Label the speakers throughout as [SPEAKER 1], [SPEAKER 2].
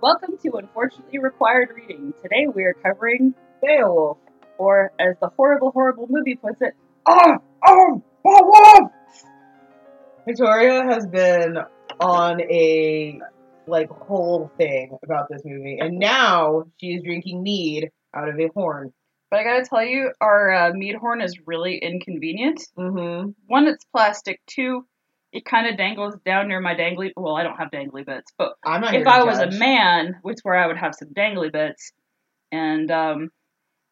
[SPEAKER 1] Welcome to Unfortunately Required Reading. Today we are covering,
[SPEAKER 2] Beowulf.
[SPEAKER 1] or as the horrible, horrible movie puts it,
[SPEAKER 2] Ah,
[SPEAKER 1] um,
[SPEAKER 2] ah, Beowulf! Victoria has been on a like whole thing about this movie, and now she is drinking mead out of a horn.
[SPEAKER 1] But I gotta tell you, our uh, mead horn is really inconvenient.
[SPEAKER 2] Mm-hmm.
[SPEAKER 1] One, it's plastic. Two, it kind of dangles down near my dangly. Well, I don't have dangly bits, but
[SPEAKER 2] I'm not. here
[SPEAKER 1] if
[SPEAKER 2] to
[SPEAKER 1] I was
[SPEAKER 2] judge.
[SPEAKER 1] a man, which where I would have some dangly bits, and um,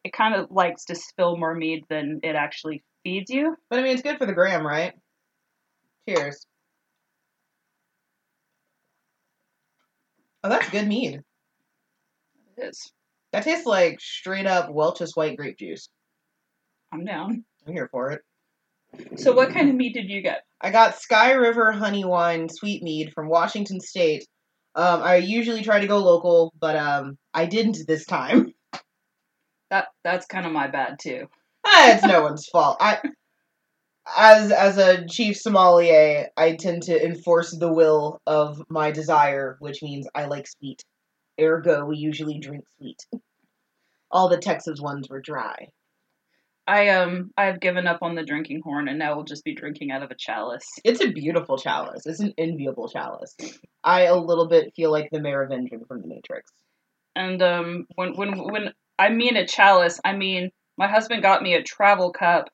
[SPEAKER 1] it kind of likes to spill more mead than it actually feeds you.
[SPEAKER 2] but I mean, it's good for the gram, right? Cheers. Oh, that's good mead.
[SPEAKER 1] It is.
[SPEAKER 2] That tastes like straight up Welch's white grape juice.
[SPEAKER 1] I'm down.
[SPEAKER 2] I'm here for it.
[SPEAKER 1] So, what kind of mead did you get?
[SPEAKER 2] I got Sky River Honey Wine Sweet Mead from Washington State. Um, I usually try to go local, but um, I didn't this time.
[SPEAKER 1] That that's kind of my bad too.
[SPEAKER 2] Ah, it's no one's fault. I, as as a chief sommelier, I tend to enforce the will of my desire, which means I like sweet. Ergo, we usually drink sweet. All the Texas ones were dry.
[SPEAKER 1] I um I've given up on the drinking horn and now we'll just be drinking out of a chalice.
[SPEAKER 2] It's a beautiful chalice. It's an enviable chalice. I a little bit feel like the Merovingian from the Matrix.
[SPEAKER 1] And um when when when I mean a chalice, I mean my husband got me a travel cup,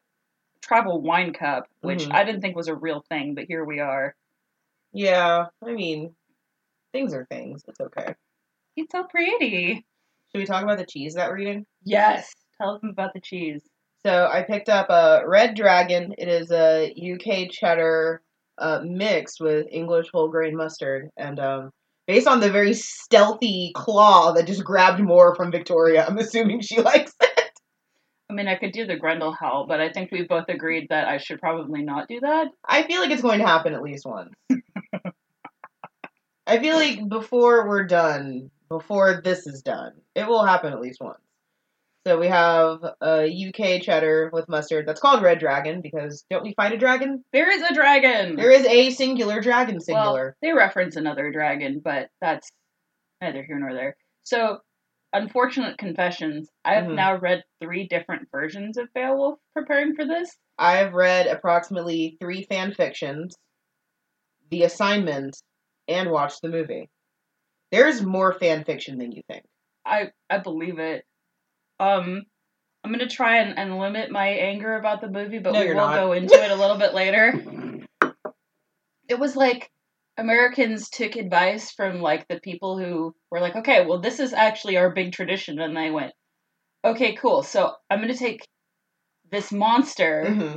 [SPEAKER 1] travel wine cup, which
[SPEAKER 2] Mhm.
[SPEAKER 1] I didn't think was a real thing, but here we are.
[SPEAKER 2] Yeah, I mean, things are things. It's okay.
[SPEAKER 1] It's so pretty.
[SPEAKER 2] Should we talk about the cheese that we're eating?
[SPEAKER 1] Yes. Tell them about the cheese.
[SPEAKER 2] So I picked up a Red Dragon. It is a UK cheddar uh, mixed with English whole grain mustard, and um, based on the very stealthy claw that just grabbed more from Victoria, I'm assuming she likes it.
[SPEAKER 1] I mean I could do the Grendel howl, but I think we both agreed that I should probably not do that.
[SPEAKER 2] I feel like it's going to happen at least once. I feel like before we're done, before this is done, it will happen at least once. So we have a UK cheddar with mustard that's called Red Dragon because don't we fight a dragon?
[SPEAKER 1] There is a dragon.
[SPEAKER 2] There is a singular dragon singular.
[SPEAKER 1] Well, they reference another dragon, but that's neither here nor there. So, unfortunate confessions. I have
[SPEAKER 2] Mhm.
[SPEAKER 1] now read three different versions of Beowulf preparing for this.
[SPEAKER 2] I've read approximately three fan fictions, the assignment, and watched the movie. There's more fan fiction than you think.
[SPEAKER 1] I I believe it. Um, I'm gonna try and, and limit my anger about the movie, but
[SPEAKER 2] No,
[SPEAKER 1] we will
[SPEAKER 2] you're not.
[SPEAKER 1] go into it a little bit later. It was like Americans took advice from like the people who were like, okay, well, this is actually our big tradition, and they went, okay, cool. So I'm gonna take this monster.
[SPEAKER 2] hmm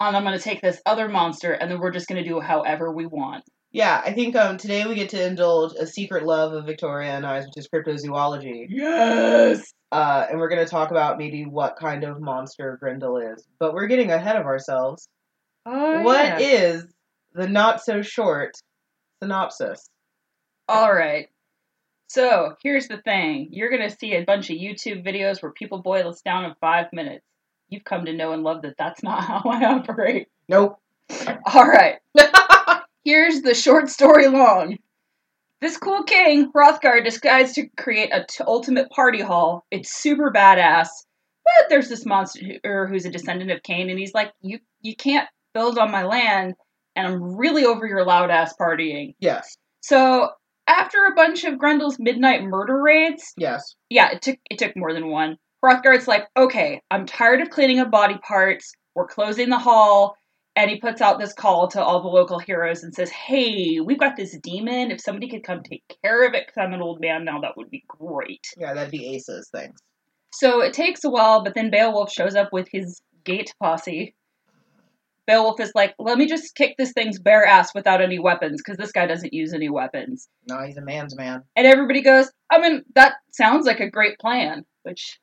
[SPEAKER 1] and I'm going to take this other monster, and then we're just going to do however we want.
[SPEAKER 2] Yeah, I think um, today we get to indulge a secret love of Victoria and I's, which is cryptozoology.
[SPEAKER 1] Yes.
[SPEAKER 2] Uh, and we're going to talk about maybe what kind of monster Grendel is. But we're getting ahead of ourselves. What
[SPEAKER 1] Oh,
[SPEAKER 2] is the not so short synopsis?
[SPEAKER 1] All right. So here's the thing: you're going to see a bunch of YouTube videos where people boil this down in five minutes. You've come to know and love that that's not how I operate.
[SPEAKER 2] Nope.
[SPEAKER 1] All right. Here's the short story long. This cool king, Hrothgar, decides to create a t- ultimate party hall. It's super badass. But there's this monster who- er, who's a descendant of Cain, and he's like, you, you can't build on my land, and I'm really over your loud ass partying.
[SPEAKER 2] Yes.
[SPEAKER 1] So, after a bunch of Grendel's midnight murder raids,
[SPEAKER 2] Yes.
[SPEAKER 1] yeah, it took it took more than one. Hrothgar's like, okay, I'm tired of cleaning up body parts. We're closing the hall, and he puts out this call to all the local heroes and says, "Hey, we've got this demon. If somebody could come take care of it, because I'm an old man now, that would be great."
[SPEAKER 2] Yeah, that'd be Aces things.
[SPEAKER 1] So it takes a while, but then Beowulf shows up with his gate posse. Beowulf is like, "Let me just kick this thing's bare ass without any weapons, because this guy doesn't use any weapons."
[SPEAKER 2] No, he's a man's man.
[SPEAKER 1] And everybody goes, I mean, that sounds like a great plan, which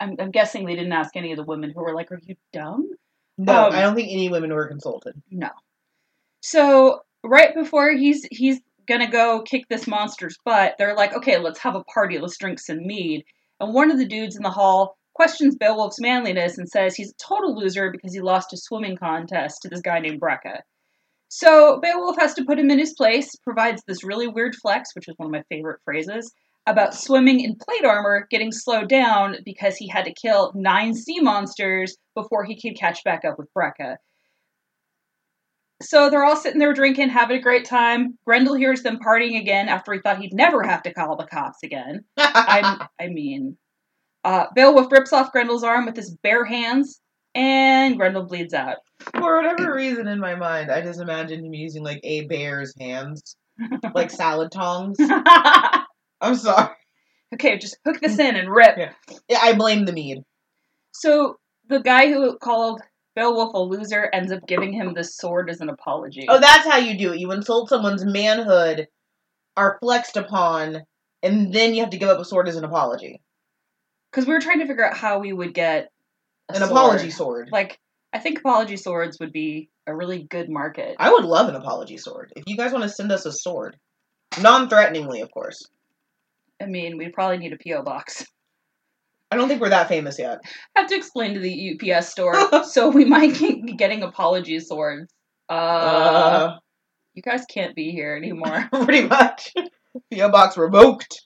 [SPEAKER 1] I'm, I'm guessing they didn't ask any of the women who were like, Are you dumb?
[SPEAKER 2] No,
[SPEAKER 1] Um,
[SPEAKER 2] I don't think any women were consulted.
[SPEAKER 1] So, right before he's he's gonna go kick this monster's butt, they're like, Okay, let's have a party, let's drink some mead. And one of the dudes in the hall questions Beowulf's manliness and says he's a total loser because he lost a swimming contest to this guy named Brecca. So Beowulf has to put him in his place, provides this really weird flex, which is one of my favorite phrases. about swimming in plate armor getting slowed down because he had to kill nine sea monsters before he could catch back up with Brekka. So they're all sitting there drinking, having a great time. Grendel hears them partying again after he thought he'd never have to call the cops again. i I mean, uh, Beowulf rips off Grendel's arm with his bare hands, and Grendel bleeds out.
[SPEAKER 2] For whatever reason in my mind, I just imagined him using like a bear's hands, like salad tongs. I'm sorry.
[SPEAKER 1] okay, just hook this in and rip.
[SPEAKER 2] Yeah, I blame the mead.
[SPEAKER 1] So the guy who called Beowulf a loser ends up giving him this sword as an apology.
[SPEAKER 2] Oh, that's how you do it. You insult someone's manhood, are flexed upon, and then you have to give up a sword as an apology.
[SPEAKER 1] because we were trying to figure out how we would get a
[SPEAKER 2] An
[SPEAKER 1] sword.
[SPEAKER 2] apology sword.
[SPEAKER 1] Like, I think apology swords would be a really good market.
[SPEAKER 2] I would love an apology sword. If you guys want to send us a sword, non threateningly, of course.
[SPEAKER 1] I mean, we'd probably need a PO box.
[SPEAKER 2] I don't think we're that famous yet.
[SPEAKER 1] Have to explain to the UPS store, so we might be getting apology swords. Uh,
[SPEAKER 2] Uh,
[SPEAKER 1] you guys can't be here anymore.
[SPEAKER 2] pretty much. PO box revoked.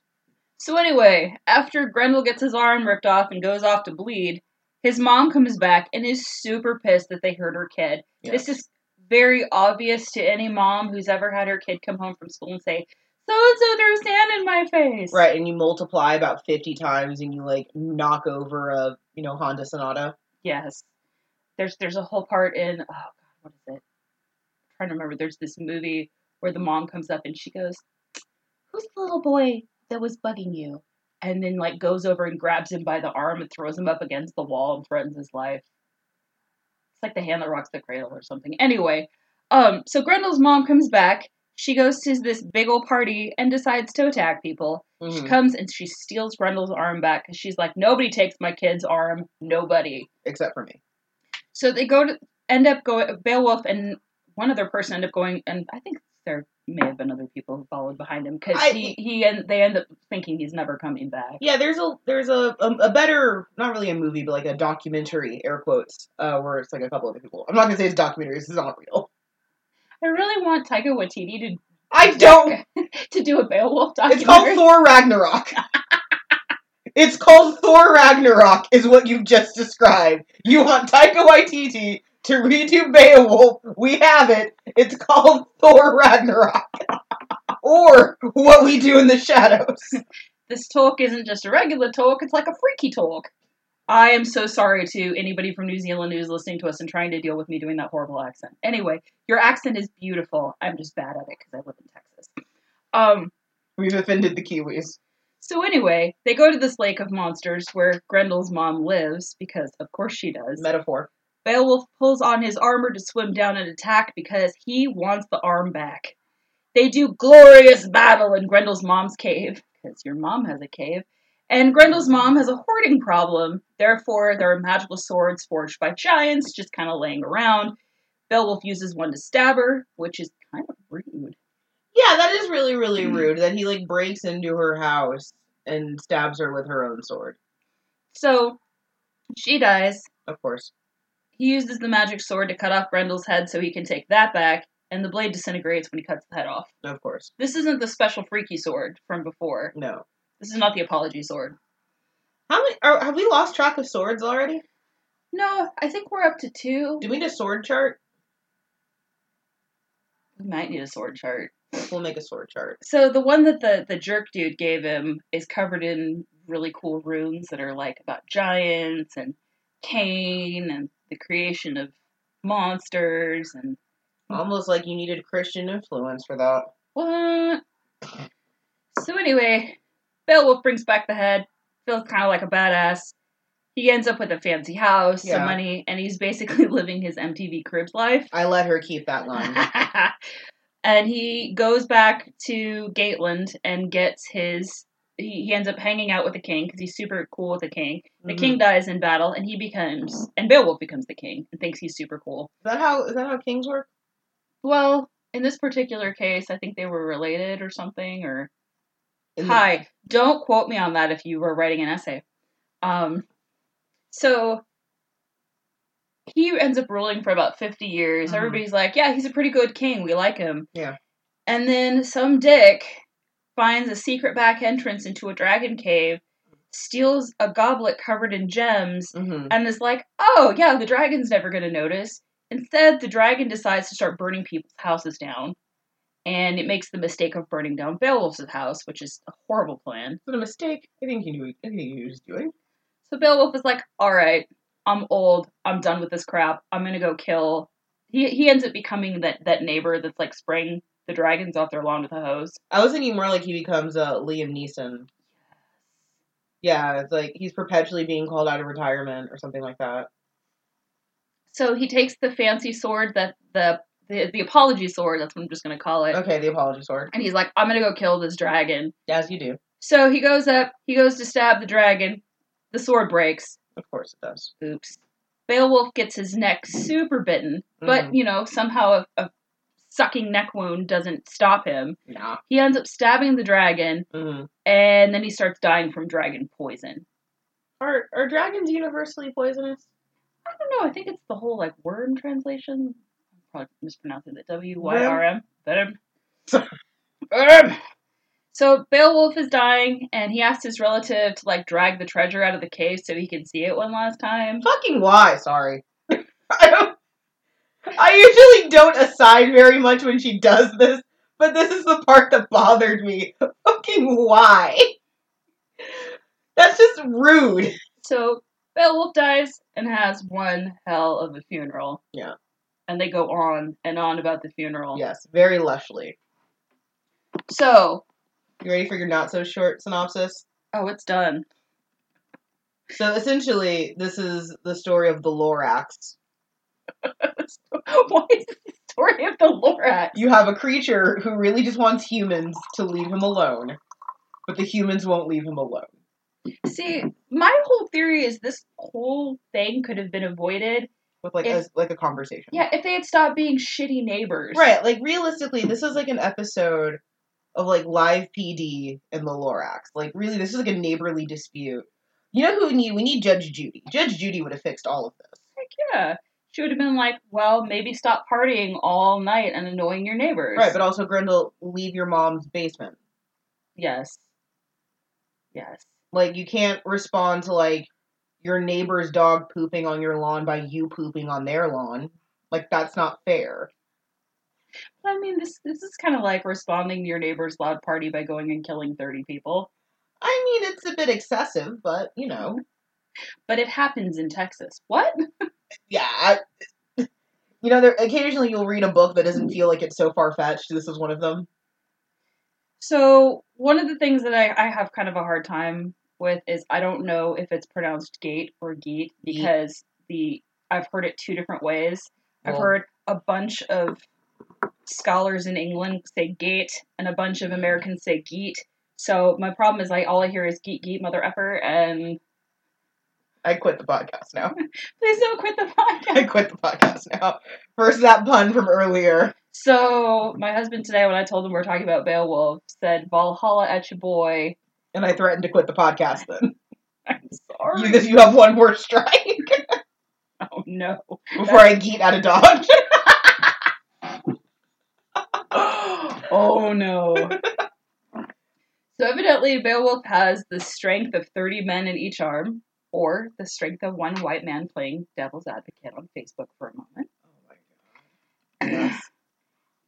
[SPEAKER 1] so anyway, after Grendel gets his arm ripped off and goes off to bleed, his mom comes back and is super pissed that they hurt her kid. This is very obvious to any mom who's ever had her kid come home from school and say, "So and so threw sand in my face."
[SPEAKER 2] Right, and you multiply about 50 times and you like knock over a, you know, Honda Sonata.
[SPEAKER 1] Yes. There's there's a whole part in oh god, what is it? I'm trying to remember. There's this movie where the mom comes up and she goes, Who's the little boy that was bugging you? And then like goes over and grabs him by the arm and throws him up against the wall and threatens his life. It's like the hand that rocks the cradle or something. Anyway, um, so Grendel's mom comes back. She goes to this big old party and decides to attack people. She
[SPEAKER 2] Mhm.
[SPEAKER 1] comes and she steals Grendel's arm back because she's like, nobody takes my kid's arm, nobody.
[SPEAKER 2] Except for me.
[SPEAKER 1] So they go to end up going Beowulf and one other person end up going, and I think there may have been other people who followed behind him because
[SPEAKER 2] I-
[SPEAKER 1] he he and they end up thinking he's never coming back.
[SPEAKER 2] Yeah, there's a there's a a, a better not really a movie but like a documentary air quotes uh, where it's like a couple of people. I'm not gonna say it's documentary. This is not real.
[SPEAKER 1] I really want Taika Waititi
[SPEAKER 2] I don't.
[SPEAKER 1] to to do a Beowulf
[SPEAKER 2] It's called
[SPEAKER 1] documentary.
[SPEAKER 2] Thor Ragnarok. it's called Thor Ragnarok is what you've just described. You want Taika Waititi to redo Beowulf? We have it. It's called Thor Ragnarok. or what we do in the shadows.
[SPEAKER 1] this talk isn't just a regular talk; it's like a freaky talk. I am so sorry to anybody from New Zealand who's listening to us and trying to deal with me doing that horrible accent. Anyway, your accent is beautiful. I'm just bad at it because I live in Texas. Um,
[SPEAKER 2] We've offended the Kiwis.
[SPEAKER 1] So anyway, they go to this lake of monsters where Grendel's mom lives because of course she does.
[SPEAKER 2] Metaphor.
[SPEAKER 1] Beowulf pulls on his armor to swim down and attack because he wants the arm back. They do glorious battle in Grendel's mom's cave because your mom has a cave. And Grendel's mom has a hoarding problem. Therefore, there are magical swords forged by giants just kind of laying around. Beowulf uses one to stab her, which is kind of rude.
[SPEAKER 2] Yeah, that is really, really
[SPEAKER 1] Mhm.
[SPEAKER 2] rude that he like breaks into her house and stabs her with her own sword.
[SPEAKER 1] So she dies,
[SPEAKER 2] Of course.
[SPEAKER 1] He uses the magic sword to cut off Grendel's head so he can take that back, and the blade disintegrates when he cuts the head off.
[SPEAKER 2] Of course.
[SPEAKER 1] This isn't the special freaky sword from before.
[SPEAKER 2] No.
[SPEAKER 1] This is not the apology sword.
[SPEAKER 2] How many are, have we lost track of swords already?
[SPEAKER 1] No, I think we're up to two.
[SPEAKER 2] Do we need a sword chart?
[SPEAKER 1] We might need a sword chart.
[SPEAKER 2] We'll make a sword chart.
[SPEAKER 1] So the one that the, the jerk dude gave him is covered in really cool runes that are like about giants and Cain and the creation of monsters and
[SPEAKER 2] Almost like you needed Christian influence for that.
[SPEAKER 1] What? So anyway, Beowulf brings back the head. Feels kind of like a badass. He ends up with a fancy house, some
[SPEAKER 2] Yeah.
[SPEAKER 1] money, and he's basically living his MTV Cribs life.
[SPEAKER 2] I let her keep that line.
[SPEAKER 1] and he goes back to Gateland and gets his. He he ends up hanging out with the king because he's super cool with the king. The
[SPEAKER 2] Mhm.
[SPEAKER 1] king dies in battle, and he becomes and Beowulf becomes the king and thinks he's super cool.
[SPEAKER 2] Is that how is that how kings work?
[SPEAKER 1] Well, in this particular case, I think they were related or something, or
[SPEAKER 2] In the-
[SPEAKER 1] Hi, don't quote me on that if you were writing an essay. Um, so he ends up ruling for about 50 years.
[SPEAKER 2] Mhm.
[SPEAKER 1] Everybody's like, yeah, he's a pretty good king. We like him.
[SPEAKER 2] Yeah.
[SPEAKER 1] And then some dick finds a secret back entrance into a dragon cave, steals a goblet covered in gems,
[SPEAKER 2] Mm-hmm.
[SPEAKER 1] and is like, oh, yeah, the dragon's never going to notice. Instead, the dragon decides to start burning people's houses down, and it makes the mistake of burning down Beowulf's house, which is a horrible plan.
[SPEAKER 2] Is it a mistake? I think you knew. I think you knew what he was doing.
[SPEAKER 1] So Beowulf is like, all right, I'm old. I'm done with this crap. I'm going to go kill. He, he ends up becoming that, that neighbor that's like spraying the dragons off their lawn with a hose.
[SPEAKER 2] I was thinking more like he becomes uh, Liam Neeson. Yeah, it's like he's perpetually being called out of retirement or something like that.
[SPEAKER 1] So he takes the fancy sword that the the, the apology sword, that's what I'm just going to call it.
[SPEAKER 2] Okay, the apology sword.
[SPEAKER 1] And he's like, I'm going to go kill this dragon.
[SPEAKER 2] As you do,
[SPEAKER 1] So he goes up, he goes to stab the dragon. The sword breaks.
[SPEAKER 2] of course it does.
[SPEAKER 1] Oops. Beowulf gets his neck super bitten, but
[SPEAKER 2] Mhm.
[SPEAKER 1] you know, somehow a, a sucking neck wound doesn't stop him.
[SPEAKER 2] Nah.
[SPEAKER 1] He ends up stabbing the dragon,
[SPEAKER 2] Mm-hmm.
[SPEAKER 1] and then he starts dying from dragon poison.
[SPEAKER 2] Are are dragons universally poisonous?
[SPEAKER 1] I don't know, I think it's the whole like worm translation. I'm probably mispronouncing it. W Y R M. Venom. Venom. So Beowulf is dying, and he asks his relative to like drag the treasure out of the cave so he can see it one last time.
[SPEAKER 2] Fucking why? Sorry. I don't. I usually don't aside very much when she does this, but this is the part that bothered me. Fucking why? That's just rude.
[SPEAKER 1] So Beowulf dies and has one hell of a funeral.
[SPEAKER 2] Yeah.
[SPEAKER 1] And they go on and on about the funeral.
[SPEAKER 2] Yes, very lushly.
[SPEAKER 1] So,
[SPEAKER 2] You ready for your not so short synopsis?
[SPEAKER 1] oh, it's done.
[SPEAKER 2] So essentially, this is the story of the Lorax.
[SPEAKER 1] Why is this the story of the Lorax?
[SPEAKER 2] You have a creature who really just wants humans to leave him alone, but the humans won't leave him alone.
[SPEAKER 1] See, my whole theory is this whole thing could have been avoided.
[SPEAKER 2] With like
[SPEAKER 1] If-
[SPEAKER 2] a like a conversation.
[SPEAKER 1] Yeah, if they had stopped being shitty neighbors.
[SPEAKER 2] Right, like realistically, this is like an episode of like live PD and the Lorax. Like really, this is like a neighborly dispute. You know who we need? We need Judge Judy. Judge Judy would have fixed all of this.
[SPEAKER 1] Heck yeah. She would have been like, well, maybe stop partying all night and annoying your neighbors.
[SPEAKER 2] Right, but also Grendel, leave your mom's basement.
[SPEAKER 1] yes. Yes.
[SPEAKER 2] Like you can't respond to like your neighbor's dog pooping on your lawn by you pooping on their lawn. Like that's not fair.
[SPEAKER 1] I mean, this this is kind of like responding to your neighbor's loud party by going and killing 30 people.
[SPEAKER 2] I mean, it's a bit excessive, but you know,
[SPEAKER 1] But it happens in Texas. What?
[SPEAKER 2] yeah. I, you know, there occasionally you'll read a book that doesn't feel like it's so far fetched. This is one of them.
[SPEAKER 1] So, one of the things that I, I have kind of a hard time with is I don't know if it's pronounced gate or geet because the I've heard it two different ways. I've
[SPEAKER 2] Well-
[SPEAKER 1] heard a bunch of scholars in England say gate and a bunch of Americans say geet. So my problem is like all I hear is geet geet mother effer and
[SPEAKER 2] I quit the podcast now.
[SPEAKER 1] please don't quit the
[SPEAKER 2] I
[SPEAKER 1] podcast.
[SPEAKER 2] quit the podcast now. First, that pun from earlier.
[SPEAKER 1] So my husband today when I told him we're talking about Beowulf said Valhalla at your boy.
[SPEAKER 2] And I threatened to quit the podcast then.
[SPEAKER 1] I'm sorry.
[SPEAKER 2] You, you have one more strike
[SPEAKER 1] oh no.
[SPEAKER 2] before I get out of Dodge.
[SPEAKER 1] oh no. so evidently Beowulf has the strength of 30 men in each arm or the strength of one white man playing devil's advocate on Facebook for a moment,
[SPEAKER 2] Yes.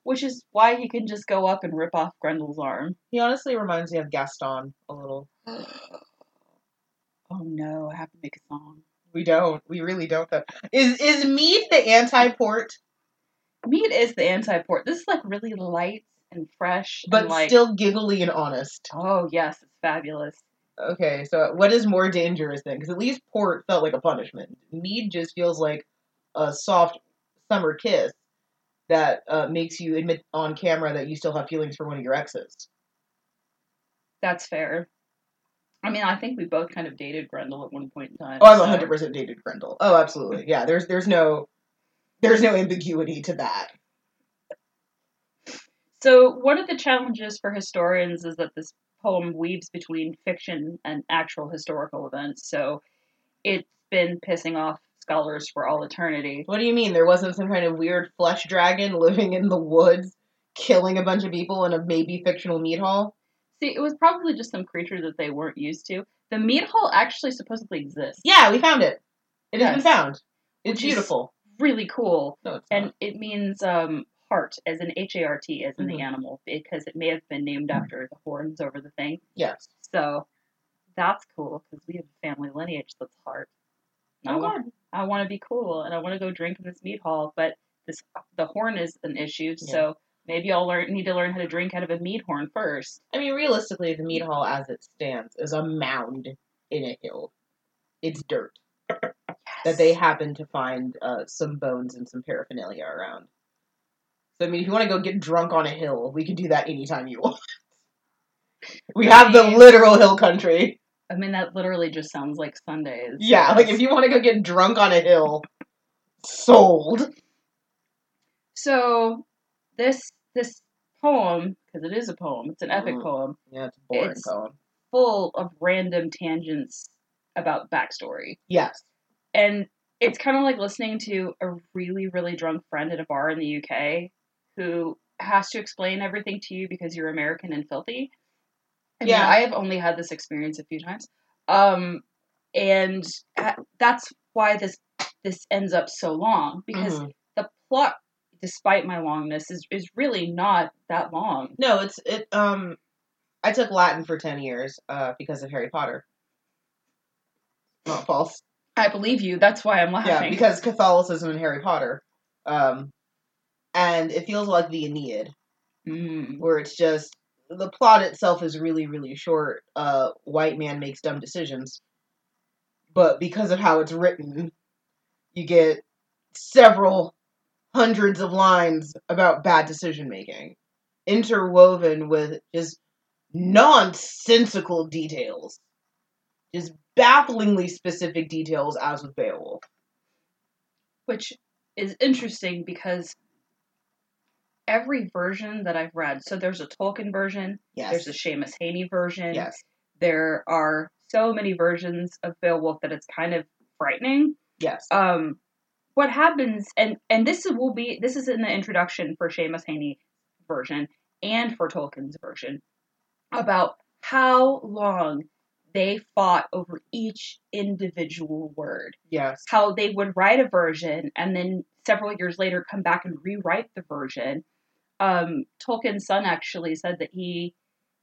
[SPEAKER 1] which is why he can just go up and rip off Grendel's arm.
[SPEAKER 2] He honestly reminds me of Gaston a little.
[SPEAKER 1] oh no, I have to make a song.
[SPEAKER 2] We don't. We really don't. Though. Is is Mead the anti-port,
[SPEAKER 1] Meat is the anti-port. This is like really light and fresh
[SPEAKER 2] but
[SPEAKER 1] and like
[SPEAKER 2] still giggly and honest?
[SPEAKER 1] Oh yes, it's fabulous.
[SPEAKER 2] Okay, so what is more dangerous then? Because at least port felt like a punishment. Mead just feels like a soft summer kiss that uh, makes you admit on camera that you still have feelings for one of your exes.
[SPEAKER 1] That's fair. I mean, I think we both kind of dated Grendel at one point in time.
[SPEAKER 2] Oh, I've
[SPEAKER 1] so-
[SPEAKER 2] 100 percent dated Grendel. Oh, absolutely. Yeah, there's there's no there's no ambiguity to that.
[SPEAKER 1] So, one of the challenges for historians is that this poem weaves between fiction and actual historical events. So, it's been pissing off scholars for all eternity.
[SPEAKER 2] What do you mean there wasn't some kind of weird flesh dragon living in the woods, killing a bunch of people in a maybe fictional meat hall?
[SPEAKER 1] See, it was probably just some creature that they weren't used to. The meat hole actually supposedly exists.
[SPEAKER 2] Yeah, we found it. It has been
[SPEAKER 1] Yes.
[SPEAKER 2] found. It's
[SPEAKER 1] Which is-
[SPEAKER 2] beautiful.
[SPEAKER 1] Really cool.
[SPEAKER 2] No, it's
[SPEAKER 1] And
[SPEAKER 2] not.
[SPEAKER 1] it means um, heart, as in H A R T, as in
[SPEAKER 2] Mhm.
[SPEAKER 1] the animal, because it may have been named after the horns over the thing.
[SPEAKER 2] yes.
[SPEAKER 1] So that's cool because we have a family lineage that's hard. I,
[SPEAKER 2] Oh
[SPEAKER 1] want,
[SPEAKER 2] God.
[SPEAKER 1] I want to be cool and I want to go drink in this meat hall, but this the horn is an issue. So maybe I'll learn need to learn how to drink out of a meat horn first.
[SPEAKER 2] I mean, realistically, the meat hall as it stands is a mound in a hill. It's dirt that they happen to find uh, some bones and some paraphernalia around. So I mean, if you want to go get drunk on a hill, we can do that anytime you want. We have the
[SPEAKER 1] I mean-
[SPEAKER 2] literal hill country.
[SPEAKER 1] I mean that literally just sounds like Sundays.
[SPEAKER 2] Yeah, like if you want to go get drunk on a hill, sold.
[SPEAKER 1] So this this poem because it is a poem, it's an epic
[SPEAKER 2] Mm.
[SPEAKER 1] poem
[SPEAKER 2] Yeah, it's a boring
[SPEAKER 1] It's-
[SPEAKER 2] poem.
[SPEAKER 1] full of random tangents about backstory.
[SPEAKER 2] Yes.
[SPEAKER 1] and it's kind of like listening to a really really drunk friend at a bar in the UK who has to explain everything to you because you're American and filthy. I mean,
[SPEAKER 2] Yeah.
[SPEAKER 1] I have only had this experience a few times, um, and uh, that's why this this ends up so long because
[SPEAKER 2] Mhm.
[SPEAKER 1] the plot, despite my longness, is is really not that long.
[SPEAKER 2] no, it's it. Um, I took Latin for ten years uh, because of Harry Potter. Not false.
[SPEAKER 1] I believe you. That's why I'm laughing.
[SPEAKER 2] Yeah, because Catholicism and Harry Potter. Um, and it feels like the Aeneid,
[SPEAKER 1] Mm.
[SPEAKER 2] where it's just the plot itself is really, really short. Uh, white man makes dumb decisions. But because of how it's written, you get several hundreds of lines about bad decision making, interwoven with just nonsensical details, just bafflingly specific details, as with Beowulf.
[SPEAKER 1] which is interesting because every version that I've read, so there's a Tolkien version,
[SPEAKER 2] Yes.
[SPEAKER 1] there's a Seamus Haney version,
[SPEAKER 2] yes.
[SPEAKER 1] there are so many versions of Beowulf that it's kind of frightening.
[SPEAKER 2] Yes.
[SPEAKER 1] Um, what happens, and and this will be this is in the introduction for Seamus Haney version and for Tolkien's version about how long they fought over each individual word
[SPEAKER 2] Yes.
[SPEAKER 1] how they would write a version and then several years later come back and rewrite the version. Um, Tolkien's son actually said that he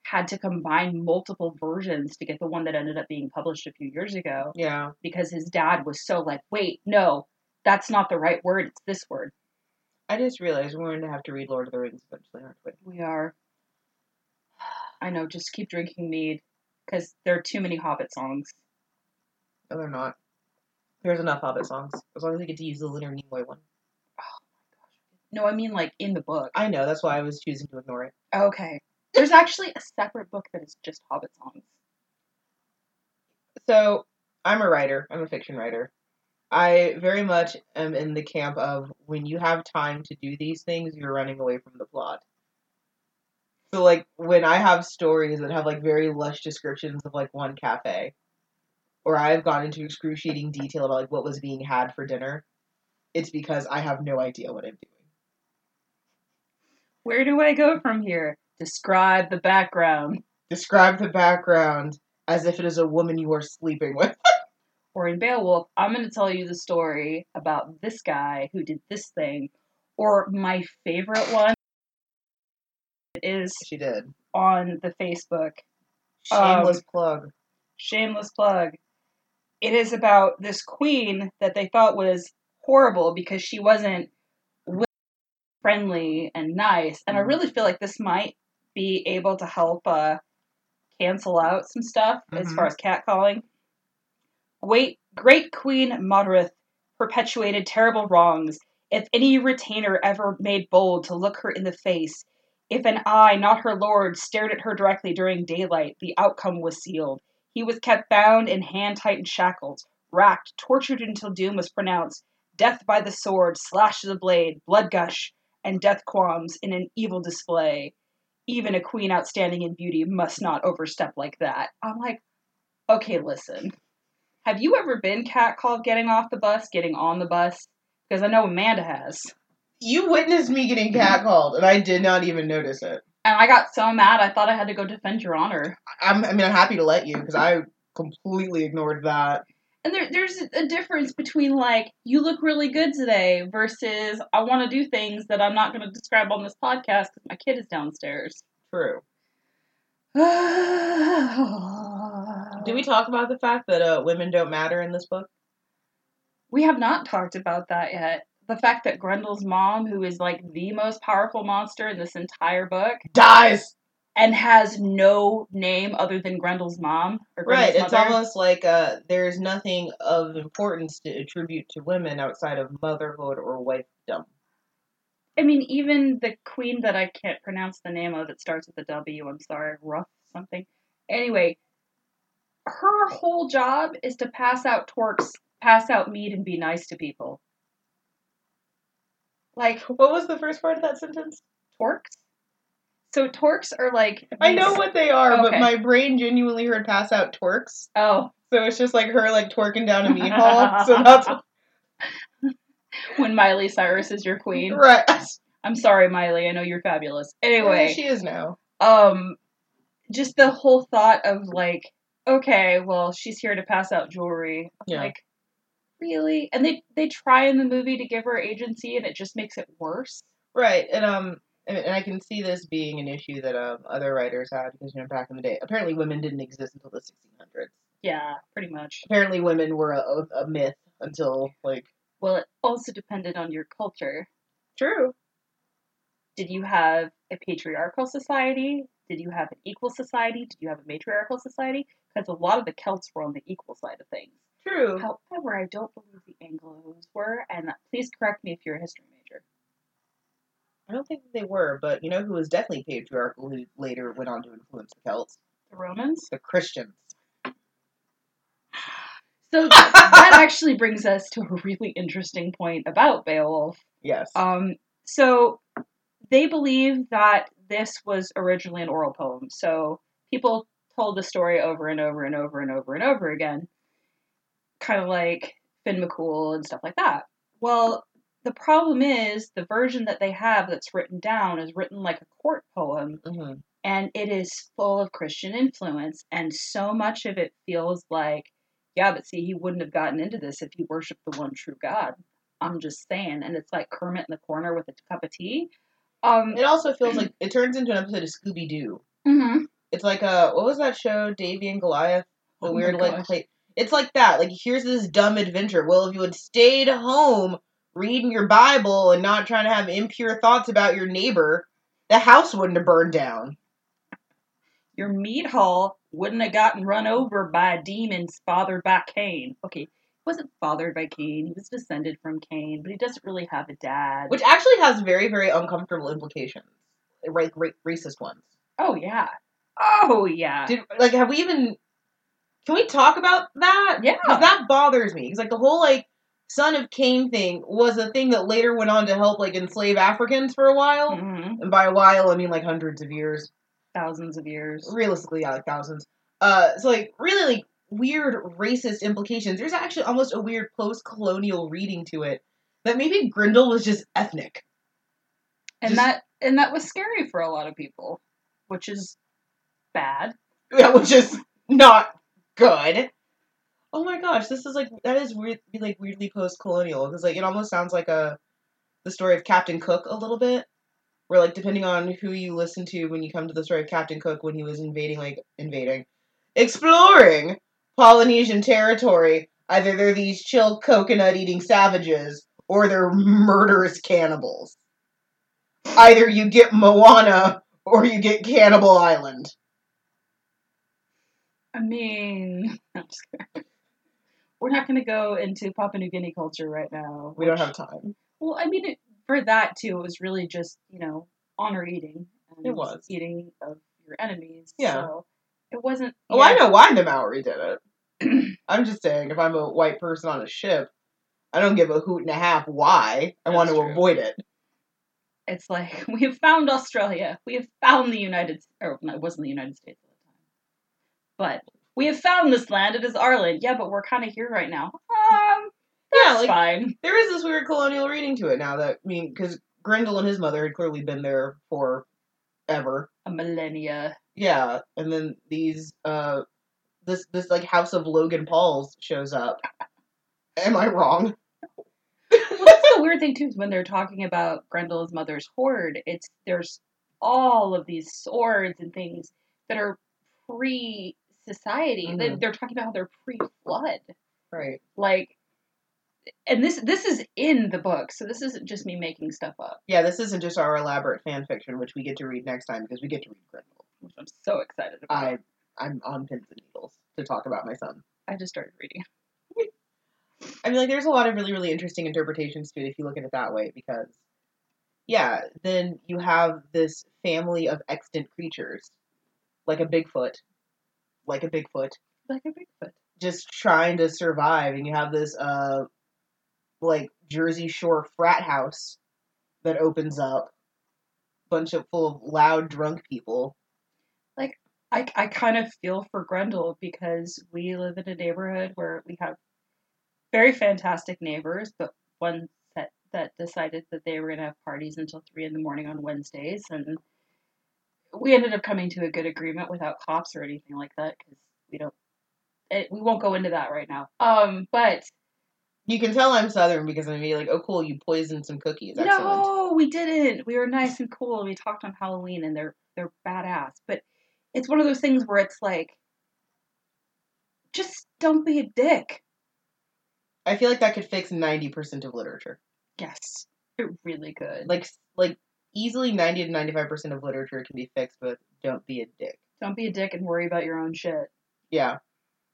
[SPEAKER 1] had to combine multiple versions to get the one that ended up being published a few years ago
[SPEAKER 2] Yeah.
[SPEAKER 1] because his dad was so like, wait, no, that's not the right word, it's this word.
[SPEAKER 2] I just realized we're going to have to read Lord of the Rings eventually, aren't we?
[SPEAKER 1] We are, I know, just keep drinking mead because there are too many Hobbit songs.
[SPEAKER 2] No, they're not. There's enough Hobbit songs. As long as we get to use the Leonard Nimoy one.
[SPEAKER 1] No, I mean like in the book.
[SPEAKER 2] I know, that's why I was choosing to ignore it.
[SPEAKER 1] Okay. There's actually a separate book that is just Hobbit songs.
[SPEAKER 2] So, I'm a writer, I'm a fiction writer. I very much am in the camp of when you have time to do these things, you're running away from the plot. So, like, when I have stories that have, like, very lush descriptions of, like, one cafe, or I've gone into excruciating detail about, like, what was being had for dinner, it's because I have no idea what I'm doing.
[SPEAKER 1] Where do I go from here? Describe the background.
[SPEAKER 2] describe the background as if it is a woman you are sleeping with.
[SPEAKER 1] Or in Beowulf, I'm going to tell you the story about this guy who did this thing. Or my favorite one is
[SPEAKER 2] She did. Um,
[SPEAKER 1] on the Facebook
[SPEAKER 2] Shameless plug.
[SPEAKER 1] shameless plug. It is about this queen that they thought was horrible because she wasn't wi- friendly and nice. And I
[SPEAKER 2] Mhm.
[SPEAKER 1] really feel like this might be able to help uh, cancel out some stuff as
[SPEAKER 2] Mhm.
[SPEAKER 1] far as catcalling. Great, great Queen Modereth perpetuated terrible wrongs. If any retainer ever made bold to look her in the face, if an eye, not her lord, stared at her directly during daylight, the outcome was sealed. He was kept bound in hand tightened shackles, racked, tortured until doom was pronounced, death by the sword, slash to the blade, blood gush, and death qualms in an evil display. Even a queen outstanding in beauty must not overstep like that. I'm like, okay, listen. Have you ever been catcalled getting off the bus, getting on the bus? Because I know Amanda has.
[SPEAKER 2] You witnessed me getting catcalled, and I did not even notice it.
[SPEAKER 1] And I got so mad, I thought I had to go defend your honor.
[SPEAKER 2] I'm, I mean, I'm happy to let you because I completely ignored that.
[SPEAKER 1] And there, there's a difference between like you look really good today versus I want to do things that I'm not going to describe on this podcast because my kid is downstairs.
[SPEAKER 2] True.
[SPEAKER 1] Do
[SPEAKER 2] Did we talk about the fact that uh, women don't matter in this book?
[SPEAKER 1] We have not talked about that yet. The fact that Grendel's mom, who is like the most powerful monster in this entire book,
[SPEAKER 2] Dies.
[SPEAKER 1] and has no name other than Grendel's mom or Grendel's
[SPEAKER 2] Right. It's
[SPEAKER 1] mother.
[SPEAKER 2] almost like uh, there's nothing of importance to attribute to women outside of motherhood or wifedom.
[SPEAKER 1] I mean, even the queen that I can't pronounce the name of that starts with a W. I'm sorry, rough something. Anyway, her whole job is to pass out torques, pass out meat, and be nice to people. Like
[SPEAKER 2] What was the first part of that sentence?
[SPEAKER 1] torques. So torques are like
[SPEAKER 2] I know
[SPEAKER 1] these-
[SPEAKER 2] what they are, but
[SPEAKER 1] Okay.
[SPEAKER 2] my brain genuinely heard pass out torques.
[SPEAKER 1] Oh,
[SPEAKER 2] So it's just like her like twerking down a meat hall. So that's
[SPEAKER 1] when Miley Cyrus is your queen.
[SPEAKER 2] right.
[SPEAKER 1] I'm sorry, Miley. I know you're fabulous.
[SPEAKER 2] Anyway,
[SPEAKER 1] Anyway,
[SPEAKER 2] she is now.
[SPEAKER 1] um just the whole thought of like okay well she's here to pass out jewelry I'm
[SPEAKER 2] Yeah.
[SPEAKER 1] like really and they they try in the movie to give her agency and it just makes it worse
[SPEAKER 2] Right, and um, and, and I can see this being an issue that um other writers had because you know back in the day, apparently women didn't exist until the 1600s.
[SPEAKER 1] yeah pretty much
[SPEAKER 2] Apparently, women were a, a- a myth until like
[SPEAKER 1] well it also depended on your culture
[SPEAKER 2] true.
[SPEAKER 1] did you have a patriarchal society did you have an equal society did you have a matriarchal society because a lot of the celts were on the equal side of things
[SPEAKER 2] True.
[SPEAKER 1] however i don't believe the anglos were and please correct me if you're a history major
[SPEAKER 2] I don't think they were, but you know who was definitely patriarchal who later went on to influence the Celts?
[SPEAKER 1] the romans
[SPEAKER 2] The Christians.
[SPEAKER 1] So th- that actually brings us to a really interesting point about Beowulf.
[SPEAKER 2] Yes.
[SPEAKER 1] Um, so they believe that this was originally an oral poem. So people told the story over and over and over and over and over again, kind of like Finn McCool and stuff like that. Well, the problem is the version that they have that's written down is written like a court poem,
[SPEAKER 2] hmm
[SPEAKER 1] and it is full of Christian influence. And so much of it feels like, yeah, but see, he wouldn't have gotten into this if he worshiped the one true God. I'm just saying. And it's like Kermit in the corner with a cup of tea. Um,
[SPEAKER 2] It also feels like it turns into an episode of Scooby Doo.
[SPEAKER 1] mhm.
[SPEAKER 2] It's like uh, what was that show, Davy and Goliath? The
[SPEAKER 1] Oh my
[SPEAKER 2] weird like
[SPEAKER 1] gosh.
[SPEAKER 2] play. It's like that. Like here's this dumb adventure. Well, if you had stayed home reading your Bible and not trying to have impure thoughts about your neighbor, the house wouldn't have burned down.
[SPEAKER 1] Your meat hall wouldn't have gotten run over by demons fathered by Cain. Okay, he wasn't fathered by Cain. He was descended from Cain, but he doesn't really have a dad.
[SPEAKER 2] Which actually has very very uncomfortable implications. Like ra- racist ones.
[SPEAKER 1] oh, yeah. Oh, yeah.
[SPEAKER 2] Did like have we even? Can we talk about that?
[SPEAKER 1] Yeah.
[SPEAKER 2] because that bothers me. Because like the whole like son of Cain thing was a thing that later went on to help like enslave Africans for a while.
[SPEAKER 1] Mhm.
[SPEAKER 2] and by a while I mean like hundreds of years.
[SPEAKER 1] Thousands of years.
[SPEAKER 2] Realistically, yeah, like thousands. Uh, so like really like weird racist implications. There's actually almost a weird post-colonial reading to it that maybe Grindel was just ethnic.
[SPEAKER 1] and
[SPEAKER 2] Just-
[SPEAKER 1] that and that was scary for a lot of people, which is bad.
[SPEAKER 2] That was just not good. Oh my gosh, this is like that is weird, like weirdly post-colonial because like it almost sounds like a the story of Captain Cook a little bit. Where like depending on who you listen to when you come to the story of Captain Cook when he was invading like invading, exploring Polynesian territory, either they're these chill coconut eating savages or they're murderous cannibals. Either you get Moana or you get Cannibal Island.
[SPEAKER 1] I mean, I'm just kidding. we're not going to go into Papua New Guinea culture right now.
[SPEAKER 2] We don't
[SPEAKER 1] which-
[SPEAKER 2] have time.
[SPEAKER 1] Well, I mean, it, for that too, it was really just you know honor eating. And
[SPEAKER 2] It was.
[SPEAKER 1] eating of your enemies.
[SPEAKER 2] Yeah.
[SPEAKER 1] So it wasn't.
[SPEAKER 2] Oh, I know why the Maori did it. I'm just saying, if I'm a white person on a ship, I don't give a hoot and a half why. I want to
[SPEAKER 1] That's true.
[SPEAKER 2] avoid it.
[SPEAKER 1] It's like we have found Australia. We have found the United. Or no, it wasn't the United States at the time, but we have found this land. It is our land. Yeah, but we're kind of here right now. Um,
[SPEAKER 2] yeah,
[SPEAKER 1] it's
[SPEAKER 2] like
[SPEAKER 1] fine.
[SPEAKER 2] there is this weird colonial reading to it now that I mean, because Grendel and his mother had clearly been there for ever.
[SPEAKER 1] a millennia.
[SPEAKER 2] Yeah, and then these uh this this like House of Logan Paul's shows up. Am I wrong?
[SPEAKER 1] Well, that's the weird thing too is when they're talking about Grendel's mother's hoard, it's there's all of these swords and things that are pre society. They,
[SPEAKER 2] Mhm.
[SPEAKER 1] they're talking about how they're pre flood.
[SPEAKER 2] Right.
[SPEAKER 1] Like and this this is in the book, so this isn't just me making stuff up,
[SPEAKER 2] Yeah, this isn't just our elaborate fan fiction, which we get to read next time because we get to read Grendel.
[SPEAKER 1] which I'm so excited about.
[SPEAKER 2] I I'm on pins and needles to talk about my son.
[SPEAKER 1] I just started reading.
[SPEAKER 2] I mean, like, there's a lot of really, really interesting interpretations to it if you look at it that way, because, yeah, then you have this family of extant creatures, like a Bigfoot, like a Bigfoot,
[SPEAKER 1] Like a Bigfoot.
[SPEAKER 2] just trying to survive, and you have this, uh, like Jersey Shore frat house that opens up, bunch of full of loud drunk people.
[SPEAKER 1] I, I kind of feel for Grendel because we live in a neighborhood where we have very fantastic neighbors, but one that that decided that they were going to have parties until three in the morning on Wednesdays, and we ended up coming to a good agreement without cops or anything like that because we don't. It, we won't go into that right now. Um, but
[SPEAKER 2] You can tell I'm Southern because I'm gonna be like, oh, cool, you poisoned some cookies. Excellent.
[SPEAKER 1] No, we didn't. We were nice and cool. We talked on Halloween, and they're they're badass. But it's one of those things where it's like, just don't be a dick.
[SPEAKER 2] I feel like that could fix 90% of literature.
[SPEAKER 1] Yes, it really could.
[SPEAKER 2] like like easily 90 to 95 percent of literature can be fixed but don't be a dick
[SPEAKER 1] Don't be a dick and worry about your own shit.
[SPEAKER 2] yeah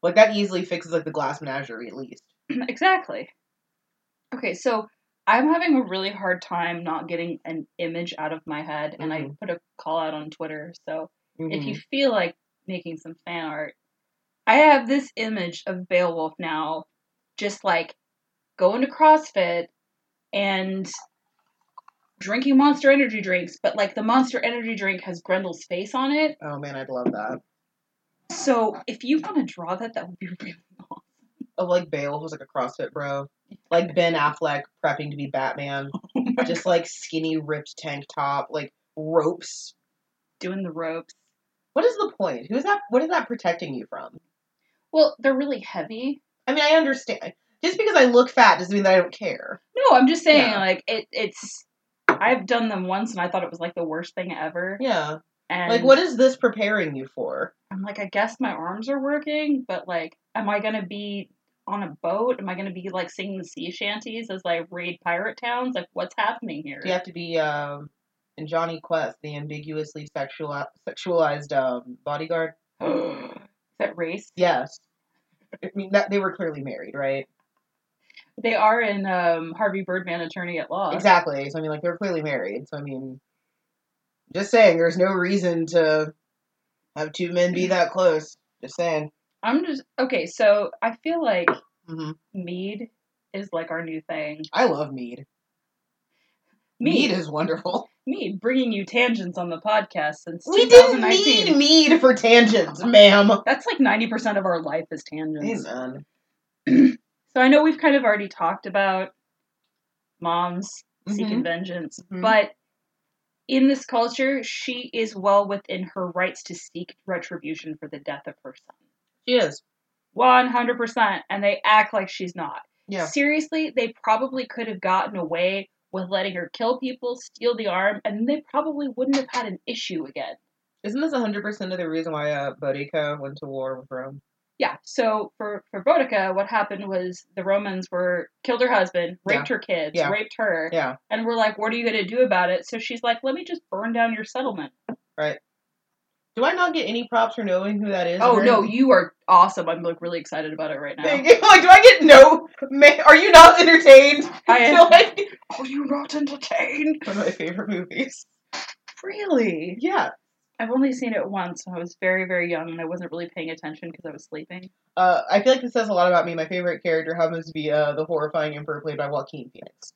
[SPEAKER 2] like that easily fixes like the glass menagerie at least
[SPEAKER 1] exactly. Okay, so I'm having a really hard time not getting an image out of my head, and I
[SPEAKER 2] Mhm.
[SPEAKER 1] put a call out on Twitter. So if
[SPEAKER 2] Mhm.
[SPEAKER 1] you feel like making some fan art, I have this image of Beowulf now, just like going to CrossFit and drinking Monster Energy drinks, but like the Monster Energy drink has Grendel's face on it.
[SPEAKER 2] oh man i'd love that
[SPEAKER 1] So if you want to draw that, that would be really awesome.
[SPEAKER 2] of Oh, like Bale was like a crossfit bro like ben affleck prepping to be batman just like skinny ripped tank top like ropes
[SPEAKER 1] Doing the ropes.
[SPEAKER 2] what is the point who's that what is that protecting you from
[SPEAKER 1] Well, they're really heavy.
[SPEAKER 2] i mean i understand just because i look fat doesn't mean that i don't care
[SPEAKER 1] No, I'm just saying,
[SPEAKER 2] Yeah.
[SPEAKER 1] like it. It's I've done them once, and I thought it was like the worst thing ever.
[SPEAKER 2] yeah
[SPEAKER 1] And
[SPEAKER 2] like what is this preparing you for
[SPEAKER 1] I'm like, I guess my arms are working, but like, am I gonna be on a boat? Am I gonna be like singing the sea shanties as I raid pirate towns? Like, what's happening here?
[SPEAKER 2] you have to be um, in Johnny Quest, the ambiguously sexual sexualized um, bodyguard.
[SPEAKER 1] Is that race?
[SPEAKER 2] Yes, I mean that they were clearly married, right?
[SPEAKER 1] They are in um, Harvey Birdman, Attorney at Law.
[SPEAKER 2] Exactly. So I mean, like they were clearly married. So I mean, just saying, there's no reason to have two men be that close. Just saying.
[SPEAKER 1] I'm just okay. So I feel like
[SPEAKER 2] hmm
[SPEAKER 1] mead is like our new thing.
[SPEAKER 2] I love mead.
[SPEAKER 1] Mead,
[SPEAKER 2] is wonderful.
[SPEAKER 1] mead, bringing you tangents on the podcast since
[SPEAKER 2] We didn't
[SPEAKER 1] 2019.
[SPEAKER 2] need mead for tangents, ma'am.
[SPEAKER 1] That's like 90% of our life is tangents.
[SPEAKER 2] Amen.
[SPEAKER 1] So I know we've kind of already talked about moms seeking
[SPEAKER 2] Mhm.
[SPEAKER 1] vengeance,
[SPEAKER 2] Mhm.
[SPEAKER 1] but in this culture, she is well within her rights to seek retribution for the death of her son.
[SPEAKER 2] She is.
[SPEAKER 1] 100%. And they act like she's not.
[SPEAKER 2] Yeah.
[SPEAKER 1] Seriously, they probably could have gotten away with letting her kill people, steal the arm, and they probably wouldn't have had an issue again.
[SPEAKER 2] Isn't this 100% of the reason why uh, Bodica went to war with Rome?
[SPEAKER 1] Yeah, so for, for Boudica, what happened was the Romans were killed her husband, raped her kids,
[SPEAKER 2] Yeah.
[SPEAKER 1] raped her,
[SPEAKER 2] Yeah.
[SPEAKER 1] and we're like, what are you going to do about it? So she's like, let me just burn down your settlement.
[SPEAKER 2] Do I not get any props for knowing who that is?
[SPEAKER 1] Oh,
[SPEAKER 2] Or-
[SPEAKER 1] no, you are awesome. I'm like really excited about it right now.
[SPEAKER 2] like, do I get no? ma- Are you not entertained?
[SPEAKER 1] I am.
[SPEAKER 2] feel like
[SPEAKER 1] Are you not entertained?
[SPEAKER 2] one of my favorite movies.
[SPEAKER 1] Really?
[SPEAKER 2] Yeah.
[SPEAKER 1] I've only seen it once when I was very, very young and I wasn't really paying attention because I was sleeping.
[SPEAKER 2] Uh, I feel like this says a lot about me. My favorite character happens to be uh, the horrifying emperor played by Joaquin Phoenix.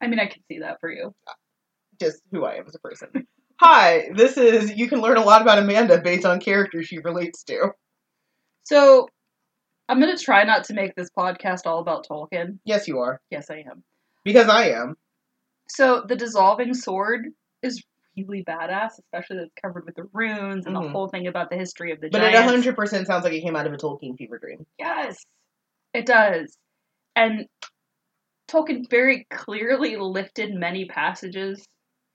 [SPEAKER 1] I mean, I can see that for you.
[SPEAKER 2] Just who I am as a person. Hi, this is. You can learn a lot about Amanda based on characters she relates to.
[SPEAKER 1] So I'm going to try not to make this podcast all about Tolkien.
[SPEAKER 2] Yes, you are
[SPEAKER 1] Yes, I am.
[SPEAKER 2] because I am.
[SPEAKER 1] So the dissolving sword is really badass, especially that's covered with the runes and the
[SPEAKER 2] Mhm.
[SPEAKER 1] whole thing about the history of the
[SPEAKER 2] But it
[SPEAKER 1] giants.
[SPEAKER 2] 100% sounds like it came out of a Tolkien fever dream.
[SPEAKER 1] Yes, it does. And Tolkien very clearly lifted many passages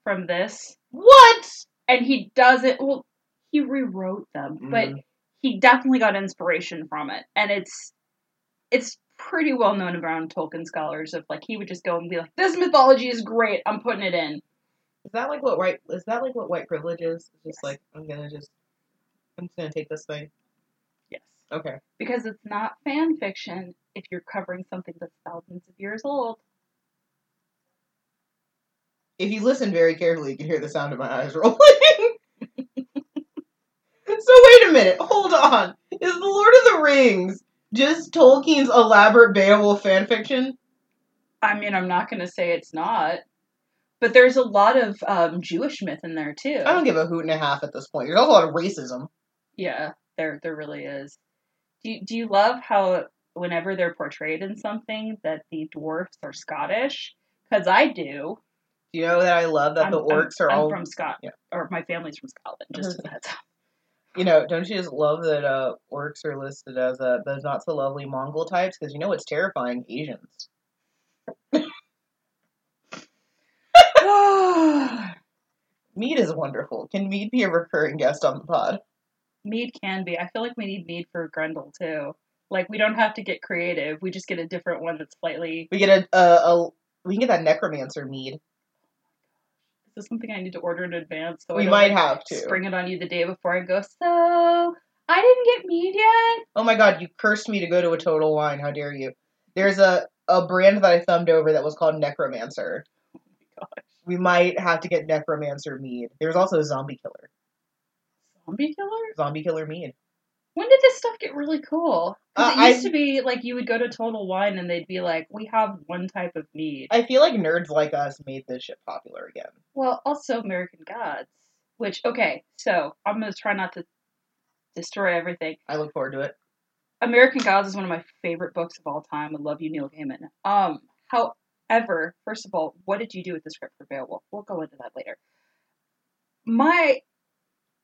[SPEAKER 1] from this,
[SPEAKER 2] What?
[SPEAKER 1] and he doesn't. Well, he rewrote them, but
[SPEAKER 2] Mhm.
[SPEAKER 1] he definitely got inspiration from it, and it's it's pretty well known around Tolkien scholars of like he would just go and be like, "This mythology is great. I'm putting it in."
[SPEAKER 2] Is that like what white? Is that like what white privilege is? It's just
[SPEAKER 1] Yes.
[SPEAKER 2] like I'm gonna just, I'm just gonna take this thing.
[SPEAKER 1] Yes,
[SPEAKER 2] Okay.
[SPEAKER 1] because it's not fan fiction if you're covering something that's thousands of years old.
[SPEAKER 2] If you listen very carefully, you can hear the sound of my eyes rolling. so wait a minute. Hold on. Is the Lord of the Rings just Tolkien's elaborate Beowulf fanfiction?
[SPEAKER 1] I mean, I'm not going to say it's not, but there's a lot of um, Jewish myth in there too.
[SPEAKER 2] I don't give a hoot and a half at this point. There's also a lot of racism.
[SPEAKER 1] Yeah, there there really is. Do you, do you love how whenever they're portrayed in something that the dwarfs are Scottish? Because I do.
[SPEAKER 2] Do you know that I love that
[SPEAKER 1] I'm-
[SPEAKER 2] the orcs
[SPEAKER 1] I'm,
[SPEAKER 2] are
[SPEAKER 1] I'm
[SPEAKER 2] all
[SPEAKER 1] from Scotland,
[SPEAKER 2] yeah. Mm-hmm.
[SPEAKER 1] or my family's from Scotland. Just as a heads up.
[SPEAKER 2] You know, don't you just love that uh, orcs are listed as uh, those not so lovely Mongol types? Because you know what's terrifying? Asians. Mead is wonderful. Can Mead be a recurring guest on the pod?
[SPEAKER 1] mead can be. I feel like we need mead for Grendel too. Like we don't have to get creative. We just get a different one that's slightly.
[SPEAKER 2] We get a, a, a we can get that necromancer Mead.
[SPEAKER 1] Is this something I need to order in advance? So I
[SPEAKER 2] we
[SPEAKER 1] don't,
[SPEAKER 2] might
[SPEAKER 1] like,
[SPEAKER 2] have to.
[SPEAKER 1] spring it on you the day before and go, so I didn't get mead yet.
[SPEAKER 2] Oh my god, you cursed me to go to a total wine. How dare you? There's a, a brand that I thumbed over that was called Necromancer.
[SPEAKER 1] Gosh.
[SPEAKER 2] We might have to get Necromancer Mead. There's also Zombie Killer.
[SPEAKER 1] Zombie killer?
[SPEAKER 2] Zombie Killer Mead.
[SPEAKER 1] When did this stuff get really cool? Because
[SPEAKER 2] Uh,
[SPEAKER 1] it used
[SPEAKER 2] I-
[SPEAKER 1] to be like you would go to Total Wine and they'd be like, we have one type of mead.
[SPEAKER 2] I feel like nerds like us made this shit popular again.
[SPEAKER 1] well, also American Gods, which, okay, so I'm going to try not to destroy everything.
[SPEAKER 2] I look forward to it.
[SPEAKER 1] American Gods is one of my favorite books of all time. I love you, Neil Gaiman. Um, however, first of all, what did you do with the script for Beowulf? We'll go into that later. My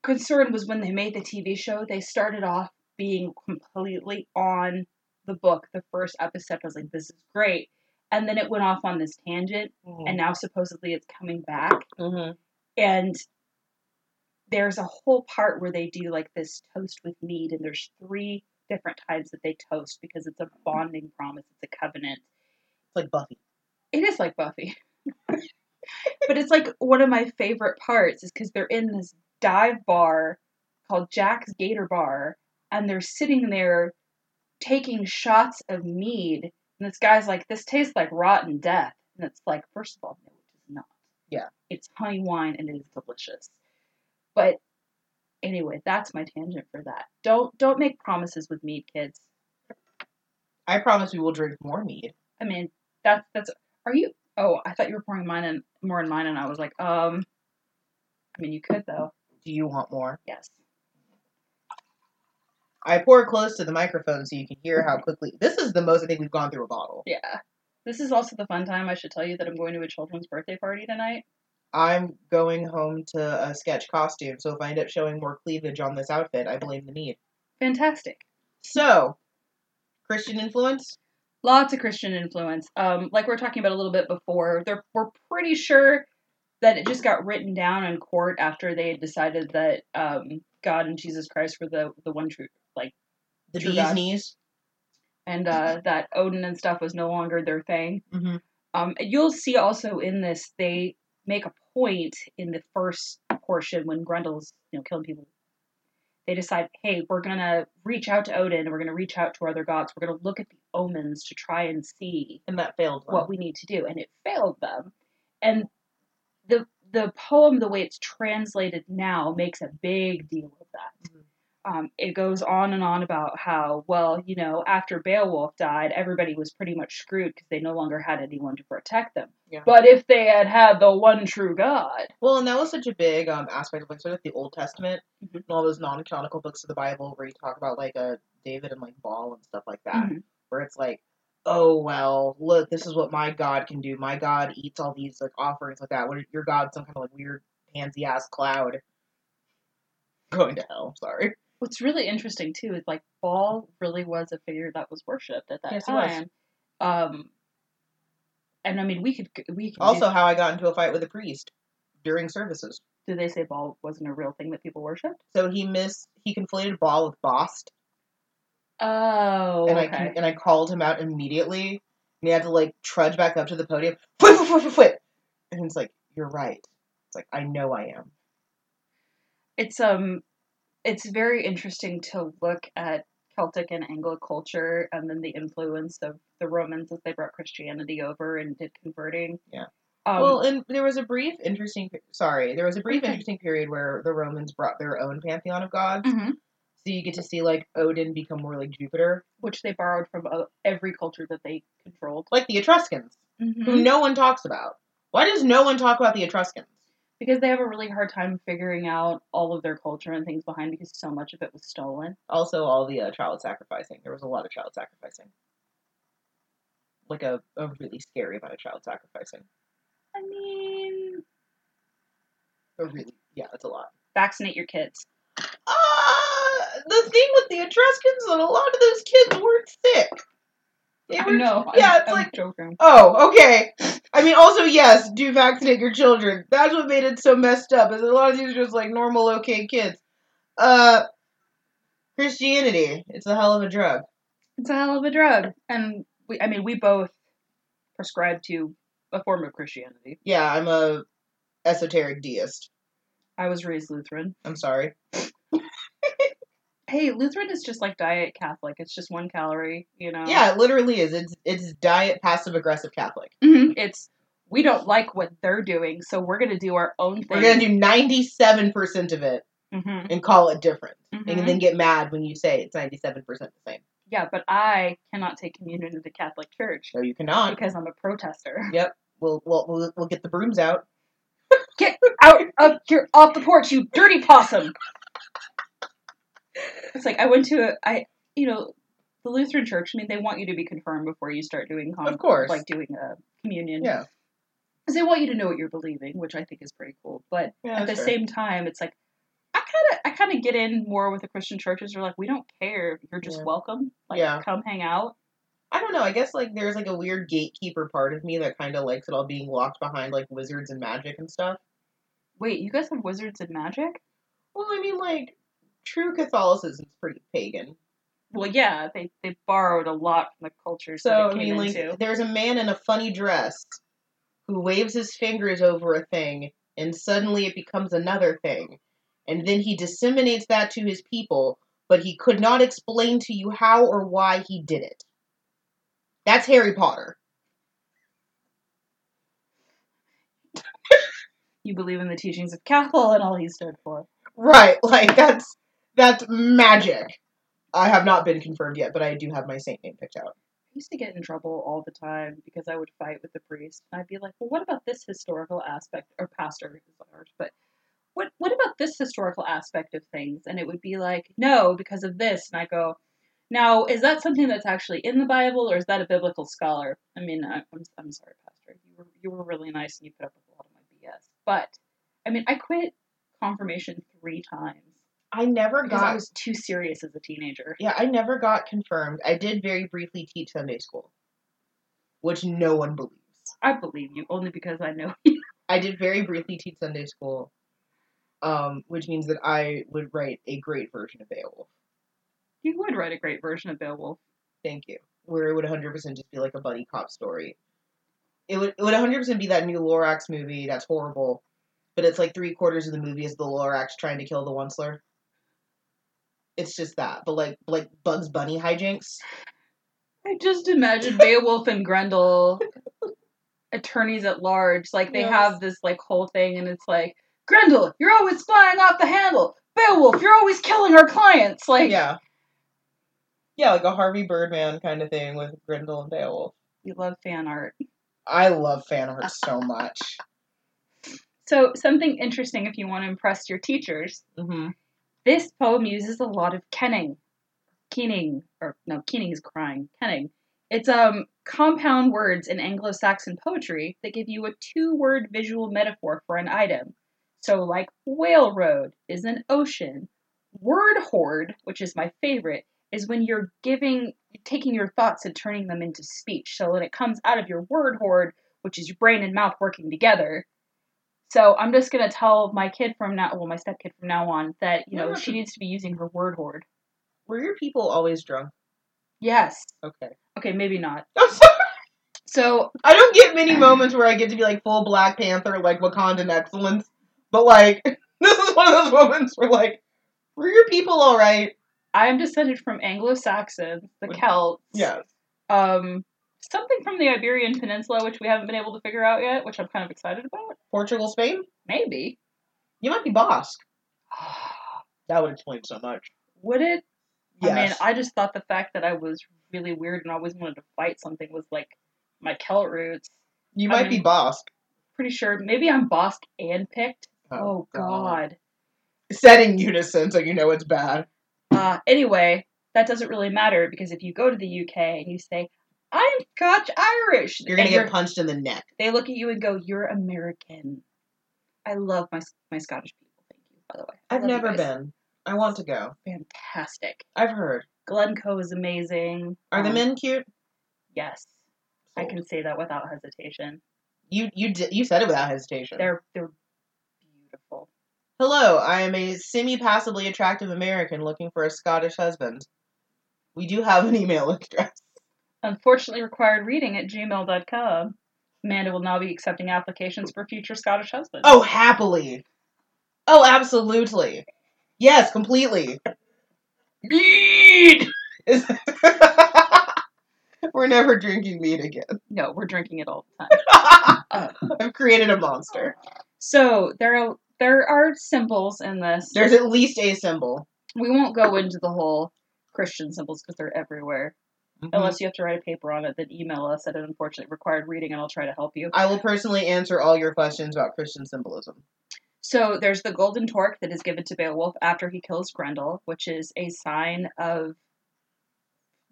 [SPEAKER 1] concern was when they made the TV show, they started off being completely on the book. The first episode I was like, this is great. And then it went off on this tangent, and now supposedly it's coming back
[SPEAKER 2] Mhm.
[SPEAKER 1] and there's a whole part where they do like this toast with mead and there's three different times that they toast because it's a bonding promise it's a covenant
[SPEAKER 2] It's like Buffy.
[SPEAKER 1] it is like buffy but it's like one of my favorite parts is because they're in this dive bar called jack's gator bar and they're sitting there taking shots of mead and this guy's like this tastes like rotten death and it's like first of all no it does not
[SPEAKER 2] Yeah.
[SPEAKER 1] it's honey wine and it is delicious but anyway that's my tangent for that don't don't make promises with mead kids
[SPEAKER 2] I promise we will drink more mead.
[SPEAKER 1] i mean that's that's are you oh i thought you were pouring mine in more in mine and i was like um i mean you could though
[SPEAKER 2] Do you want more?
[SPEAKER 1] yes
[SPEAKER 2] I pour close to the microphone so you can hear how quickly. This is the most I think we've gone through a bottle.
[SPEAKER 1] yeah this is also the fun time i should tell you that i'm going to a children's birthday party tonight
[SPEAKER 2] I'm going home to a sketch costume, so if I end up showing more cleavage on this outfit, I blame the mead.
[SPEAKER 1] fantastic
[SPEAKER 2] So, Christian influence?
[SPEAKER 1] lots of Christian influence. Um, like we were talking about a little bit before, they're, we're pretty sure that it just got written down in court after they had decided that um, God and Jesus Christ were the the one true, like,
[SPEAKER 2] The
[SPEAKER 1] True
[SPEAKER 2] bee's
[SPEAKER 1] God.
[SPEAKER 2] knees?
[SPEAKER 1] and uh, that Odin and stuff was no longer their thing.
[SPEAKER 2] Mm-hmm.
[SPEAKER 1] Um, and you'll see also in this they make a point in the first portion when Grendel's you know killing people. They decide, hey, we're gonna reach out to Odin. We're gonna reach out to our other gods. We're gonna look at the omens to try and see
[SPEAKER 2] And that failed one.
[SPEAKER 1] what we need to do and it failed them and the the poem the way it's translated now makes a big deal of that
[SPEAKER 2] Mhm.
[SPEAKER 1] um, it goes on and on about how well you know after beowulf died everybody was pretty much screwed because they no longer had anyone to protect them
[SPEAKER 2] Yeah.
[SPEAKER 1] but if they had had the one true god
[SPEAKER 2] Well, and that was such a big um, aspect of like sort of the Old Testament
[SPEAKER 1] Mhm.
[SPEAKER 2] and all those non-canonical books of the Bible where you talk about like uh, David and like Baal and stuff like that,
[SPEAKER 1] Mhm.
[SPEAKER 2] where it's like, oh well, look, this is what my God can do. My God eats all these like offerings like that. What your God some kind of like weird pansy ass cloud. Going to hell. Sorry.
[SPEAKER 1] What's really interesting too is like Baal really was a figure that was worshipped at that
[SPEAKER 2] Yes, he was.
[SPEAKER 1] time. Um, and I mean, we could we could
[SPEAKER 2] Also, how I got into a fight with a priest during services.
[SPEAKER 1] do they say Baal wasn't a real thing that people worshipped?
[SPEAKER 2] So he missed. He conflated ball with bost,
[SPEAKER 1] Oh,
[SPEAKER 2] and I
[SPEAKER 1] okay.
[SPEAKER 2] con- and I called him out immediately. And he had to like trudge back up to the podium. Foot, foot, foot, foot, foot. And he's like, "You're right." It's like I know I am.
[SPEAKER 1] it's um it's very interesting to look at Celtic and Anglo culture and then the influence of the Romans as they brought Christianity over and did converting.
[SPEAKER 2] Yeah.
[SPEAKER 1] Um,
[SPEAKER 2] well, and there was a brief, interesting. Sorry, there was a brief,
[SPEAKER 1] Okay.
[SPEAKER 2] interesting period where the Romans brought their own pantheon of gods.
[SPEAKER 1] mhm,
[SPEAKER 2] So you get to see like Odin become more like Jupiter,
[SPEAKER 1] which they borrowed from uh, every culture that they controlled. Mm-hmm.
[SPEAKER 2] like the Etruscans, who no one talks about. Why does no one talk about the Etruscans?
[SPEAKER 1] Because they have a really hard time figuring out all of their culture and things behind because so much of it was stolen.
[SPEAKER 2] Also, all the uh, child sacrificing. There was a lot of child sacrificing. Like a, a really scary amount of child sacrificing.
[SPEAKER 1] I mean,
[SPEAKER 2] A Oh, really, yeah, that's a lot.
[SPEAKER 1] vaccinate your kids.
[SPEAKER 2] Uh, the thing with the Etruscans that a lot of those kids weren't sick. They
[SPEAKER 1] I
[SPEAKER 2] were-
[SPEAKER 1] know. I'm-
[SPEAKER 2] Yeah, it's
[SPEAKER 1] I'm
[SPEAKER 2] like
[SPEAKER 1] joking.
[SPEAKER 2] Oh, okay. I mean, also yes, do vaccinate your children. That's what made it so messed up. Is a lot of these are just like normal, okay kids. Uh, Christianity. It's a hell of a drug.
[SPEAKER 1] It's a hell of a drug, and we, I mean, we both prescribe to a form of Christianity.
[SPEAKER 2] Yeah, I'm a esoteric deist.
[SPEAKER 1] I was raised Lutheran.
[SPEAKER 2] I'm sorry.
[SPEAKER 1] Hey, Lutheran is just like diet Catholic. It's just one calorie, you know.
[SPEAKER 2] Yeah, it literally is. It's it's diet passive aggressive Catholic.
[SPEAKER 1] Mhm. It's we don't like what they're doing, so we're gonna do our own thing.
[SPEAKER 2] We're gonna do ninety seven percent of it
[SPEAKER 1] Mhm.
[SPEAKER 2] and call it different,
[SPEAKER 1] Mhm.
[SPEAKER 2] and then get mad when you say it's ninety seven percent the same.
[SPEAKER 1] Yeah, but I cannot take communion to the Catholic Church
[SPEAKER 2] No, you cannot.
[SPEAKER 1] because I'm a protester.
[SPEAKER 2] We'll we'll we'll, we'll get the brooms out.
[SPEAKER 1] Out up here off the porch, you dirty possum. It's like I went to a I you know, the Lutheran church, I mean they want you to be confirmed before you start doing con-
[SPEAKER 2] Of course.
[SPEAKER 1] Um, like doing a communion.
[SPEAKER 2] Yeah.
[SPEAKER 1] Because they want you to know what you're believing, which I think is pretty cool. But
[SPEAKER 2] yeah
[SPEAKER 1] at the
[SPEAKER 2] that's fair.
[SPEAKER 1] same time, it's like I kind of I kind of get in more with the Christian churches. They're like, we don't care. You're just
[SPEAKER 2] Yeah.
[SPEAKER 1] welcome. Like,
[SPEAKER 2] Yeah.
[SPEAKER 1] come hang out.
[SPEAKER 2] I don't know. I guess like there's like a weird gatekeeper part of me that kind of likes it all being locked behind like wizards and magic and stuff.
[SPEAKER 1] Wait, you guys have wizards and magic?
[SPEAKER 2] Well, I mean like true Catholicism's pretty pagan.
[SPEAKER 1] Well, yeah, they they borrowed a lot from the cultures
[SPEAKER 2] So
[SPEAKER 1] that
[SPEAKER 2] I
[SPEAKER 1] it came
[SPEAKER 2] mean like
[SPEAKER 1] into.
[SPEAKER 2] there's a man in a funny dress who waves his fingers over a thing and suddenly it becomes another thing. And then he disseminates that to his people, but he could not explain to you how or why he did it. That's Harry Potter.
[SPEAKER 1] You believe in the teachings of Cathol and all he stood for.
[SPEAKER 2] Right, like that's that's magic. I have not been confirmed yet, but I do have my saint name picked out.
[SPEAKER 1] I used to get in trouble all the time because I would fight with the priest, and I'd be like, "Well, what about this historical aspect or pastor?" is what I was- But what what about this historical aspect of things? And it would be like, "No, because of this." And I go, "Now, is that something that's actually in the Bible, or is that a biblical scholar?" I mean, I, I'm I'm sorry, pastor. You were you were really nice, and you put up with a lot of my BS. But I mean, I quit confirmation three times
[SPEAKER 2] I never
[SPEAKER 1] because I
[SPEAKER 2] got
[SPEAKER 1] was too serious as a teenager.
[SPEAKER 2] yeah, I never got confirmed. I did very briefly teach Sunday school, which no one believes.
[SPEAKER 1] I believe you only because I know
[SPEAKER 2] I did very briefly teach Sunday school, um, which means that I would write a great version of Beowulf.
[SPEAKER 1] you would write a great version of Beowulf.
[SPEAKER 2] Thank you. Where it would 100% just be like a buddy cop story. It would it would 100% be that new Lorax movie that's horrible, but it's like three quarters of the movie is the Lorax trying to kill the Onceler. It's just that, but like like Bugs Bunny hijinks.
[SPEAKER 1] I just imagine Beowulf and Grendel, attorneys at large, like they
[SPEAKER 2] Yes.
[SPEAKER 1] have this like whole thing, and it's like Grendel, you're always flying off the handle. Beowulf, you're always killing our clients. Like,
[SPEAKER 2] yeah, yeah, like a Harvey Birdman kind of thing with Grendel and Beowulf.
[SPEAKER 1] we love fan art.
[SPEAKER 2] I love fan art so much.
[SPEAKER 1] So something interesting if you want to impress your teachers.
[SPEAKER 2] Mm-hmm.
[SPEAKER 1] This poem uses a lot of kenning, keening, or no, keening is crying. Kenning. It's um compound words in Anglo-Saxon poetry that give you a two-word visual metaphor for an item. So, like, whale road is an ocean. Word hoard, which is my favorite, is when you're giving, taking your thoughts and turning them into speech. So, when it comes out of your word hoard, which is your brain and mouth working together. So, I'm just going to tell my kid from now, well, my stepkid from now on, that, you know,
[SPEAKER 2] Yeah.
[SPEAKER 1] she needs to be using her word hoard.
[SPEAKER 2] Were your people always drunk?
[SPEAKER 1] Yes.
[SPEAKER 2] Okay.
[SPEAKER 1] Okay, maybe not.
[SPEAKER 2] I'm sorry.
[SPEAKER 1] So,
[SPEAKER 2] I don't get many moments where I get to be like full Black Panther, like Wakandan excellence. But like, this is one of those moments where like, were your people all right?
[SPEAKER 1] I am descended from Anglo Saxons, the
[SPEAKER 2] Would-
[SPEAKER 1] Celts.
[SPEAKER 2] Yes.
[SPEAKER 1] um, something from the Iberian Peninsula, which we haven't been able to figure out yet, which I'm kind of excited about.
[SPEAKER 2] Portugal, Spain.
[SPEAKER 1] Maybe.
[SPEAKER 2] You might be Basque. That would explain so much.
[SPEAKER 1] Would it?
[SPEAKER 2] Yes.
[SPEAKER 1] I mean, I just thought the fact that I was really weird and always wanted to fight something was like my Celt roots.
[SPEAKER 2] you
[SPEAKER 1] I
[SPEAKER 2] might be
[SPEAKER 1] mean-
[SPEAKER 2] Basque.
[SPEAKER 1] Pretty sure. Maybe I'm Bosque and picked. Oh,
[SPEAKER 2] God.
[SPEAKER 1] God.
[SPEAKER 2] Said in unison, so you know it's bad.
[SPEAKER 1] Uh, anyway, that doesn't really matter because if you go to the UK and you say, I'm Scotch Irish,
[SPEAKER 2] You're gonna
[SPEAKER 1] and
[SPEAKER 2] get punched in the neck.
[SPEAKER 1] they look at you and go, "You're American." I love my my Scottish people. Thank you, by the way. I
[SPEAKER 2] I've
[SPEAKER 1] love you
[SPEAKER 2] never
[SPEAKER 1] guys.
[SPEAKER 2] been. I want to go.
[SPEAKER 1] fantastic.
[SPEAKER 2] I've heard.
[SPEAKER 1] Glencoe is amazing.
[SPEAKER 2] Are the
[SPEAKER 1] Um,
[SPEAKER 2] men cute?
[SPEAKER 1] Yes, I can say that without hesitation.
[SPEAKER 2] You you di- you said it without hesitation.
[SPEAKER 1] They're they're beautiful.
[SPEAKER 2] Hello, I am a semi passively attractive American looking for a Scottish husband. We do have an email address.
[SPEAKER 1] Unfortunately, required reading at gmail.com. Amanda will now be accepting applications for future Scottish husbands.
[SPEAKER 2] Oh, happily. Oh, absolutely. Yes, completely. Mead! Is- We're never drinking mead again.
[SPEAKER 1] no, we're drinking it all the time.
[SPEAKER 2] I've created a monster.
[SPEAKER 1] So there are there are symbols in this.
[SPEAKER 2] There's at least a symbol.
[SPEAKER 1] we won't go into the whole Christian symbols because they're everywhere.
[SPEAKER 2] Mhm.
[SPEAKER 1] Unless you have to write a paper on it, then email us at unfortunately required reading, and I'll try to help you.
[SPEAKER 2] I will personally answer all your questions about Christian symbolism.
[SPEAKER 1] So there's the golden torque that is given to Beowulf after he kills Grendel, which is a sign of,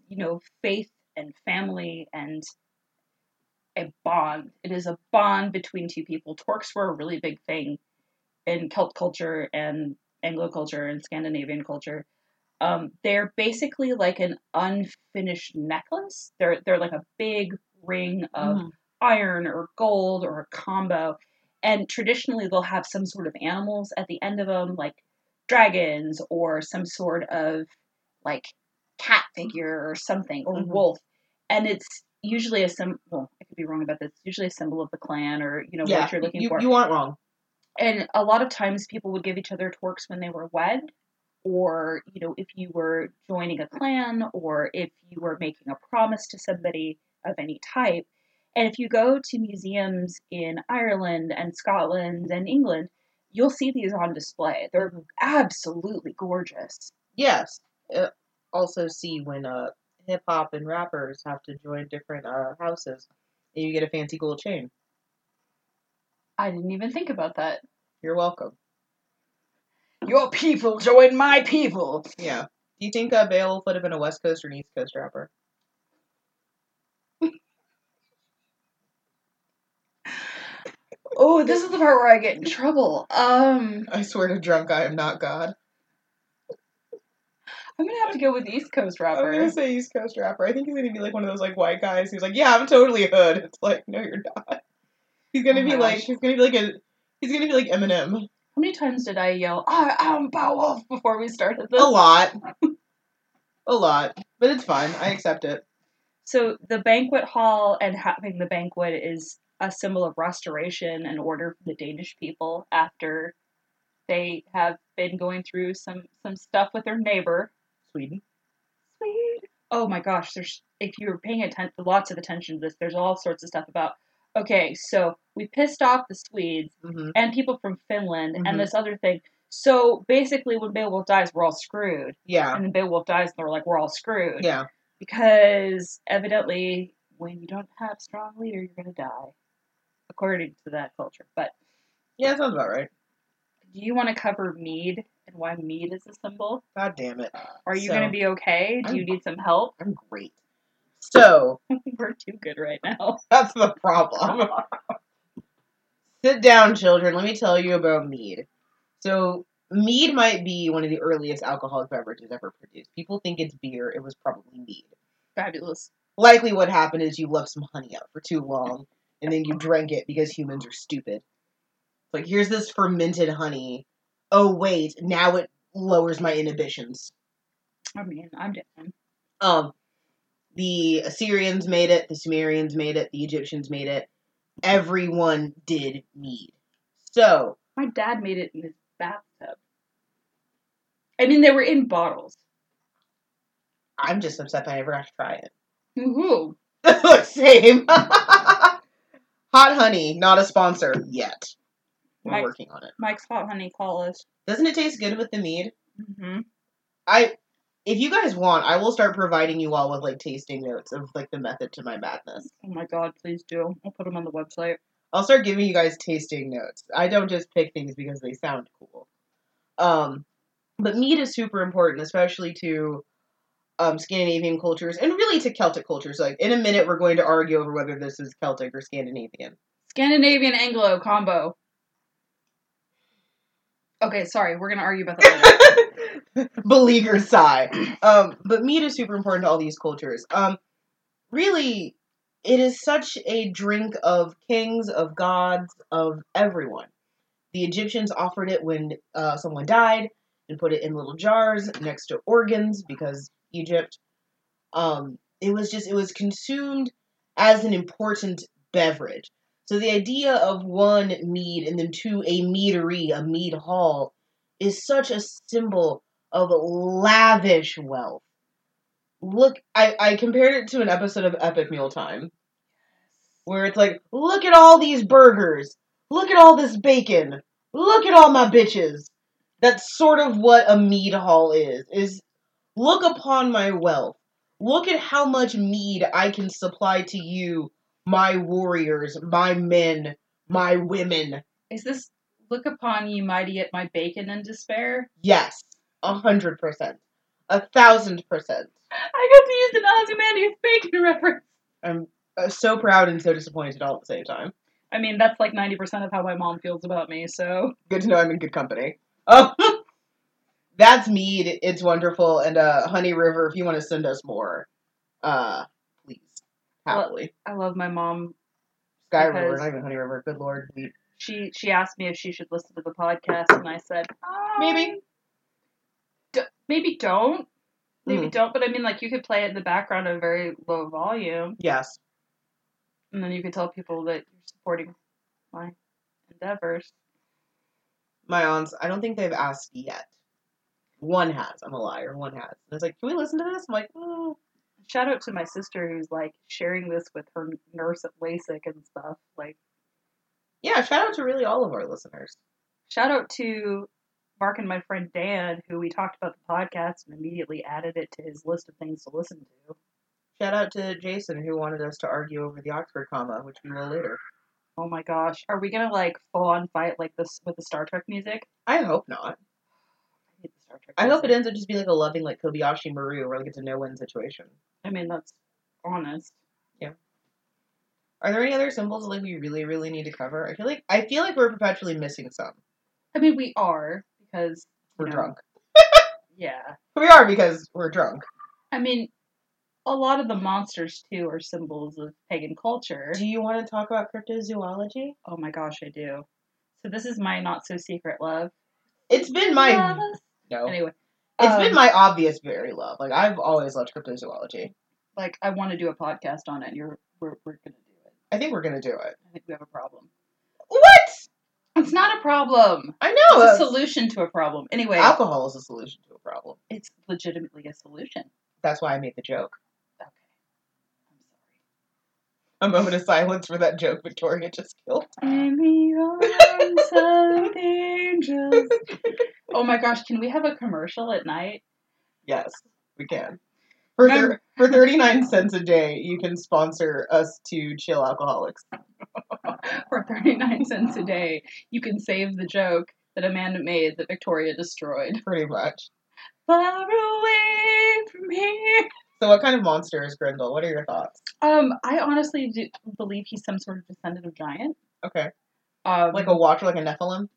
[SPEAKER 1] you know, faith and family and a bond. It is a bond between two people. Torques were a really big thing in Celt culture and Anglo culture and Scandinavian culture. Um, they're basically like an unfinished necklace. They're they're like a big ring of iron or gold or a combo. And traditionally, they'll have some sort of animals at the end of them, like dragons or some sort of like cat figure or something or
[SPEAKER 2] Mhm.
[SPEAKER 1] wolf. And it's usually a symbol. Well, I could be wrong about this. It's usually a symbol of the clan or you know
[SPEAKER 2] yeah,
[SPEAKER 1] what you're looking
[SPEAKER 2] you,
[SPEAKER 1] for.
[SPEAKER 2] you aren't wrong.
[SPEAKER 1] and a lot of times, people would give each other torques when they were wed, or you know if you were joining a clan or if you were making a promise to somebody of any type and if you go to museums in Ireland and Scotland and England you'll see these on display they're absolutely gorgeous
[SPEAKER 2] Yes. Uh, also, see when uh, hip hop and rappers have to join different uh, houses, and you get a fancy gold chain.
[SPEAKER 1] i didn't even think about that
[SPEAKER 2] You're welcome.
[SPEAKER 1] your people join my people
[SPEAKER 2] Yeah. Do you think uh, Beowulf would have been a West Coast or an East Coast rapper?
[SPEAKER 1] oh this is the part where i get in trouble um
[SPEAKER 2] I swear to drunk, I am not God.
[SPEAKER 1] i'm gonna have to go with east coast
[SPEAKER 2] I'm gonna
[SPEAKER 1] rappers
[SPEAKER 2] say East Coast rapper. I think he's gonna be like one of those like white guys who's like, yeah, I'm totally hood. It's like, no, you're not. He's gonna
[SPEAKER 1] Oh
[SPEAKER 2] be
[SPEAKER 1] my
[SPEAKER 2] like,
[SPEAKER 1] gosh.
[SPEAKER 2] he's gonna be like a, he's gonna be like Eminem.
[SPEAKER 1] how many times did i yell i am beowulf before we started this
[SPEAKER 2] A lot, a lot, but it's fine. I accept it.
[SPEAKER 1] So the banquet hall and having the banquet is a symbol of restoration and order for the Danish people after they have been going through some some stuff with their neighbor.
[SPEAKER 2] Sweden.
[SPEAKER 1] Sweet. Oh my gosh, there's if you were paying attention lots of attention to this, there's all sorts of stuff about okay, so we pissed off the Swedes
[SPEAKER 2] hmm
[SPEAKER 1] and people from Finland
[SPEAKER 2] Mhm.
[SPEAKER 1] and this other thing. So basically when Beowulf dies, we're all screwed.
[SPEAKER 2] Yeah,
[SPEAKER 1] And then Beowulf dies and they're like, we're all screwed
[SPEAKER 2] yeah.
[SPEAKER 1] because evidently when you don't have a strong leader you're going to die according to that culture but
[SPEAKER 2] Yeah, that sounds about right.
[SPEAKER 1] do you want to cover mead and why mead is a symbol
[SPEAKER 2] God damn it.
[SPEAKER 1] are you
[SPEAKER 2] So-
[SPEAKER 1] going to be okay do you
[SPEAKER 2] I'm-
[SPEAKER 1] need some help
[SPEAKER 2] I'm great. So,
[SPEAKER 1] we're too good right now
[SPEAKER 2] that's the problem. Sit down, children. Let me tell you about mead. So, mead might be one of the earliest alcoholic beverages ever produced. People think it's beer, it was probably mead.
[SPEAKER 1] Fabulous.
[SPEAKER 2] Likely, what happened is you left some honey out for too long, and then you drank it because humans are stupid. Like, here's this fermented honey. Oh, wait, now it lowers my inhibitions.
[SPEAKER 1] I mean, I'm down.
[SPEAKER 2] Um, the Assyrians made it, the Sumerians made it, the Egyptians made it. Everyone did mead. So,
[SPEAKER 1] My dad made it in his bathtub. I mean, they were in bottles.
[SPEAKER 2] I'm just upset that I never got to try it.
[SPEAKER 1] Woohoo.
[SPEAKER 2] Same. Hot honey, not a sponsor yet. We're
[SPEAKER 1] Right.
[SPEAKER 2] working on it.
[SPEAKER 1] Mike's Hot Honey Call us.
[SPEAKER 2] Doesn't it taste good with the mead?
[SPEAKER 1] Mm-hmm.
[SPEAKER 2] I, if you guys want, I will start providing you all with like tasting notes of like the method to my madness.
[SPEAKER 1] Oh my god, please do. I'll put them on the website.
[SPEAKER 2] I'll start giving you guys tasting notes. I don't just pick things because they sound cool. Um, but mead is super important, especially to um, Scandinavian cultures and really to Celtic cultures. Like in a minute, we're going to argue over whether this is Celtic or Scandinavian.
[SPEAKER 1] Scandinavian Anglo combo. Okay, sorry, we're gonna argue about that later.
[SPEAKER 2] Beleaguered sigh. Um, but meat is super important to all these cultures. Um, really, it is such a drink of kings, of gods, of everyone. The Egyptians offered it when uh, someone died and put it in little jars next to organs because Egypt. Um, it was just, it was consumed as an important beverage. So the idea of one mead and then two, a meadery, a mead hall, is such a symbol of lavish wealth. Look, I, I compared it to an episode of Epic Meal Time where it's like, look at all these burgers, look at all this bacon, look at all my bitches. That's sort of what a mead haul is. Is look upon my wealth. Look at how much mead I can supply to you, my warriors, my men, my women.
[SPEAKER 1] Is this look upon ye mighty at my bacon and despair?
[SPEAKER 2] Yes, a hundred percent, a thousand percent.
[SPEAKER 1] I got to use an Ozymandias bacon reference.
[SPEAKER 2] I'm uh, so proud and so disappointed all at the same time.
[SPEAKER 1] I mean, that's like 90% of how my mom feels about me, so.
[SPEAKER 2] Good to know I'm in good company. Oh, that's mead. It's wonderful. And uh, Honey River, if you want to send us more, uh, please happily.
[SPEAKER 1] I love my mom.
[SPEAKER 2] Sky River,
[SPEAKER 1] because-
[SPEAKER 2] not even Honey River. Good lord, we-
[SPEAKER 1] She she asked me if she should listen to the podcast, and I said, um,
[SPEAKER 2] Maybe.
[SPEAKER 1] D- maybe don't. Maybe
[SPEAKER 2] Mm.
[SPEAKER 1] don't, but I mean, like, you could play it in the background at a very low volume.
[SPEAKER 2] yes,
[SPEAKER 1] and then you can tell people that you're supporting my endeavors.
[SPEAKER 2] my aunts. I don't think they've asked yet. One has. I'm a liar. One has. And it's like, can we listen to this? I'm like, mm.
[SPEAKER 1] Shout out to my sister who's like sharing this with her nurse at LASIK and stuff. Like,
[SPEAKER 2] yeah. Shout out to really all of our listeners.
[SPEAKER 1] shout out to Mark and my friend Dan, who we talked about the podcast and immediately added it to his list of things to listen to.
[SPEAKER 2] Shout out to Jason who wanted us to argue over the Oxford comma, which we will later.
[SPEAKER 1] Oh my gosh, are we gonna like full on fight like this with the Star Trek music?
[SPEAKER 2] I hope not.
[SPEAKER 1] I hate the Star Trek.
[SPEAKER 2] I hope it
[SPEAKER 1] music.
[SPEAKER 2] ends up just being like a loving like Kobayashi Maru where like it's a no win situation.
[SPEAKER 1] I mean, that's honest.
[SPEAKER 2] Are there any other symbols like we really, really need to cover? I feel like I feel like we're perpetually missing some.
[SPEAKER 1] I mean, we are because
[SPEAKER 2] We're
[SPEAKER 1] No.
[SPEAKER 2] drunk.
[SPEAKER 1] yeah.
[SPEAKER 2] We are because we're drunk.
[SPEAKER 1] I mean, a lot of the monsters too are symbols of pagan culture.
[SPEAKER 2] Do you want to talk about cryptozoology?
[SPEAKER 1] Oh my gosh, I do. So this is my not so secret love.
[SPEAKER 2] It's been my
[SPEAKER 1] Love.
[SPEAKER 2] no. It's
[SPEAKER 1] Anyway,
[SPEAKER 2] been
[SPEAKER 1] um,
[SPEAKER 2] my obvious very love. Like I've always loved cryptozoology.
[SPEAKER 1] like I want to do a podcast on it. And you're we're we're gonna do it.
[SPEAKER 2] I think we're gonna do it.
[SPEAKER 1] I think we have a problem.
[SPEAKER 2] What?
[SPEAKER 1] It's not a problem.
[SPEAKER 2] I know.
[SPEAKER 1] it's a
[SPEAKER 2] that's-
[SPEAKER 1] solution to a problem. Anyway,
[SPEAKER 2] Alcohol is a solution to a problem.
[SPEAKER 1] it's legitimately a solution.
[SPEAKER 2] That's why I made the joke.
[SPEAKER 1] Okay. I'm sorry.
[SPEAKER 2] A moment of silence for that joke Victoria just killed.
[SPEAKER 1] In the arms of angels. Oh my gosh, can we have a commercial at night?
[SPEAKER 2] Yes, we can. For
[SPEAKER 1] Mem-
[SPEAKER 2] thir- for 39 cents a day, you can sponsor us to chill alcoholics.
[SPEAKER 1] for 39 cents a day, you can save the joke that Amanda made that Victoria destroyed.
[SPEAKER 2] Pretty much.
[SPEAKER 1] Far away from here.
[SPEAKER 2] So what kind of monster is Grendel? What are your thoughts?
[SPEAKER 1] Um, I honestly do believe he's some sort of descendant of giant.
[SPEAKER 2] Okay.
[SPEAKER 1] Um,
[SPEAKER 2] Like a watcher, like a Nephilim?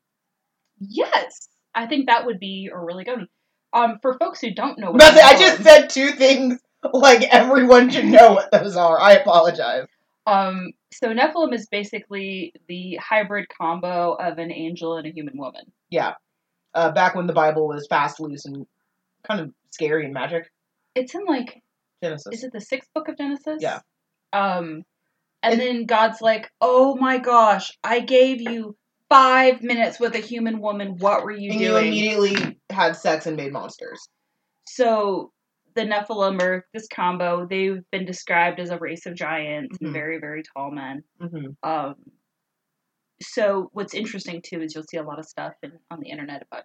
[SPEAKER 1] yes, I think that would be a really good one. Um, for folks who don't know, what
[SPEAKER 2] Nothing,
[SPEAKER 1] those
[SPEAKER 2] I
[SPEAKER 1] are,
[SPEAKER 2] just said two things like everyone should know what those are. I apologize.
[SPEAKER 1] Um, so Nephilim is basically the hybrid combo of an angel and a human woman.
[SPEAKER 2] Uh, back when the Bible was fast, loose, and kind of scary and magic.
[SPEAKER 1] It's in like,
[SPEAKER 2] Genesis.
[SPEAKER 1] is it the sixth book of Genesis?
[SPEAKER 2] Yeah.
[SPEAKER 1] Um, and
[SPEAKER 2] And-
[SPEAKER 1] then God's like, "Oh my gosh, I gave you five minutes with a human woman. What were you
[SPEAKER 2] and you
[SPEAKER 1] doing?"
[SPEAKER 2] immediately had sex and made monsters.
[SPEAKER 1] so the Nephilim or this combo, they've been described as a race of giants and
[SPEAKER 2] Mhm.
[SPEAKER 1] very, very tall men.
[SPEAKER 2] hmm
[SPEAKER 1] Um, so what's interesting too is you'll see a lot of stuff in, on the internet about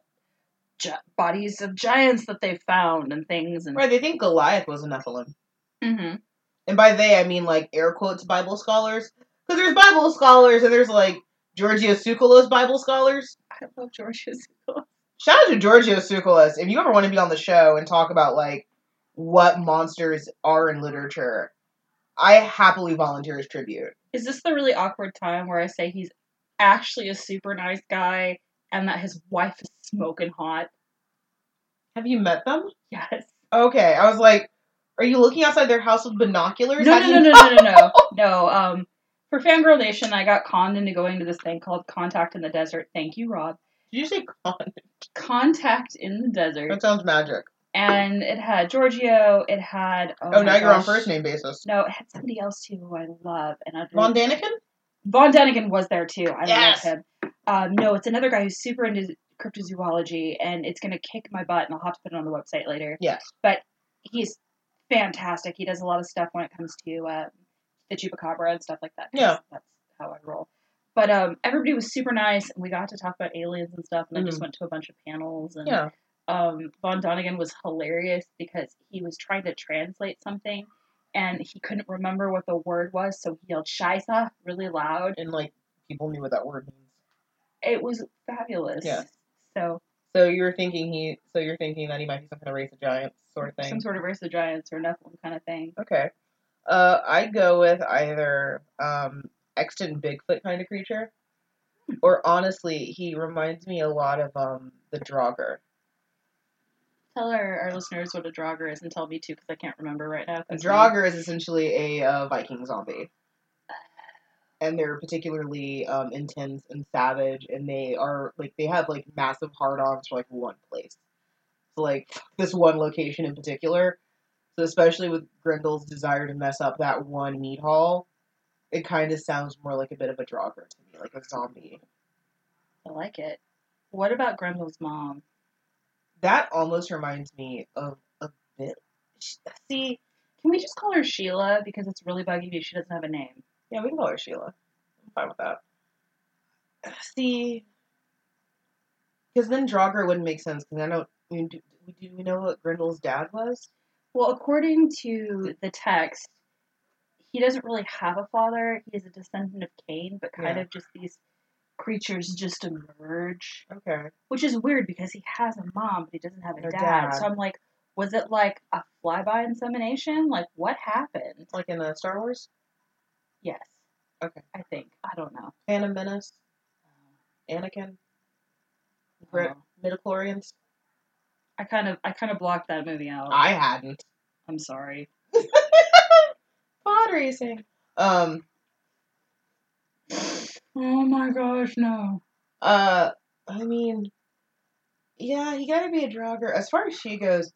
[SPEAKER 1] gi- bodies of giants that they've found and things and
[SPEAKER 2] Right, they think Goliath was a Nephilim.
[SPEAKER 1] Mhm.
[SPEAKER 2] And by they, I mean like air quotes Bible scholars. Because there's Bible scholars and there's like Giorgio Tsoukalos Bible scholars.
[SPEAKER 1] I love George's.
[SPEAKER 2] Shout out to Giorgio Tsoukalos. If you ever want to be on the show and talk about like what monsters are in literature, I happily volunteer as tribute.
[SPEAKER 1] Is this the really awkward time where I say he's actually a super nice guy and that his wife is smoking hot?
[SPEAKER 2] Have you met them?
[SPEAKER 1] Yes.
[SPEAKER 2] Okay, I was like, are you looking outside their house with binoculars?
[SPEAKER 1] No,
[SPEAKER 2] How
[SPEAKER 1] no,
[SPEAKER 2] do
[SPEAKER 1] no,
[SPEAKER 2] you-
[SPEAKER 1] no, no, no, no. No. Um, for Fangirl Nation, I got conned into going to this thing called Contact in the Desert. Thank you, Rob.
[SPEAKER 2] Did you say con?
[SPEAKER 1] Contact in the Desert,
[SPEAKER 2] That sounds magic.
[SPEAKER 1] and it had Giorgio. It had oh,
[SPEAKER 2] Oh,
[SPEAKER 1] my
[SPEAKER 2] now you're on
[SPEAKER 1] gosh.
[SPEAKER 2] first name basis.
[SPEAKER 1] No, it had somebody else too who I love, and I
[SPEAKER 2] Von Daniken?
[SPEAKER 1] Von Deniken was there too. I
[SPEAKER 2] Yes.
[SPEAKER 1] love him. Um, no, it's another guy who's super into cryptozoology, and it's gonna kick my butt, and I'll have to put it on the website later.
[SPEAKER 2] Yes.
[SPEAKER 1] He's fantastic. He does a lot of stuff when it comes to um, the chupacabra and stuff like that. 'cause
[SPEAKER 2] Yeah.
[SPEAKER 1] that's how I roll. But um, everybody was super nice, and we got to talk about aliens and stuff. And I just
[SPEAKER 2] Mhm.
[SPEAKER 1] went to a bunch of panels, and
[SPEAKER 2] Yeah.
[SPEAKER 1] um, Von Donegan was hilarious because he was trying to translate something, and he couldn't remember what the word was, so he yelled "Shiza" really loud.
[SPEAKER 2] And like people knew what that word means.
[SPEAKER 1] it was fabulous.
[SPEAKER 2] Yeah.
[SPEAKER 1] So
[SPEAKER 2] So you're thinking he so you're thinking that he might be some kind of race of giants sort of thing.
[SPEAKER 1] some sort of verse of giants or Nephilim kind of thing.
[SPEAKER 2] Okay. Uh, I'd go with either um, extant Bigfoot kind of creature,
[SPEAKER 1] Hmm.
[SPEAKER 2] or honestly, he reminds me a lot of um, the Draugr.
[SPEAKER 1] Tell our, our listeners what a Draugr is and tell me too because I can't remember right now. if
[SPEAKER 2] The
[SPEAKER 1] that's
[SPEAKER 2] Draugr is essentially a uh, Viking zombie, and they're particularly um, intense and savage, and they are like they have like massive hard-ons for like one place, so like this one location in particular. So especially with Grendel's desire to mess up that one meat hall, it kind of sounds more like a bit of a Draugr to me, like a zombie.
[SPEAKER 1] me. I like it. What about Grendel's mom?
[SPEAKER 2] That almost reminds me of a bit. See,
[SPEAKER 1] Can we just call her Sheila because it's really bugging me she doesn't have a name.
[SPEAKER 2] yeah, we can call her Sheila. I'm fine with that. See, because then Draugr wouldn't make sense. Because I know, I mean, do, do we know what Grendel's dad was?
[SPEAKER 1] Well, according to the text, he doesn't really have a father. He is a descendant of Cain, but kind
[SPEAKER 2] Yeah.
[SPEAKER 1] of just these creatures just emerge.
[SPEAKER 2] Okay,
[SPEAKER 1] which is weird because he has a mom but he doesn't have a
[SPEAKER 2] No
[SPEAKER 1] dad.
[SPEAKER 2] dad.
[SPEAKER 1] So I'm like, was it like a flyby insemination? Like what happened?
[SPEAKER 2] like in uh, Star Wars,
[SPEAKER 1] Yes.
[SPEAKER 2] Okay.
[SPEAKER 1] I think I don't know.
[SPEAKER 2] Phantom Menace, Anakin, Gre-
[SPEAKER 1] No.
[SPEAKER 2] midichlorians.
[SPEAKER 1] I kind of I kind of blocked that movie out. I-
[SPEAKER 2] I hadn't.
[SPEAKER 1] am sorry.
[SPEAKER 2] Pod racing. Um.
[SPEAKER 1] Oh my gosh, no.
[SPEAKER 2] Uh, I mean, yeah, he got to be a draugr. As far as she goes,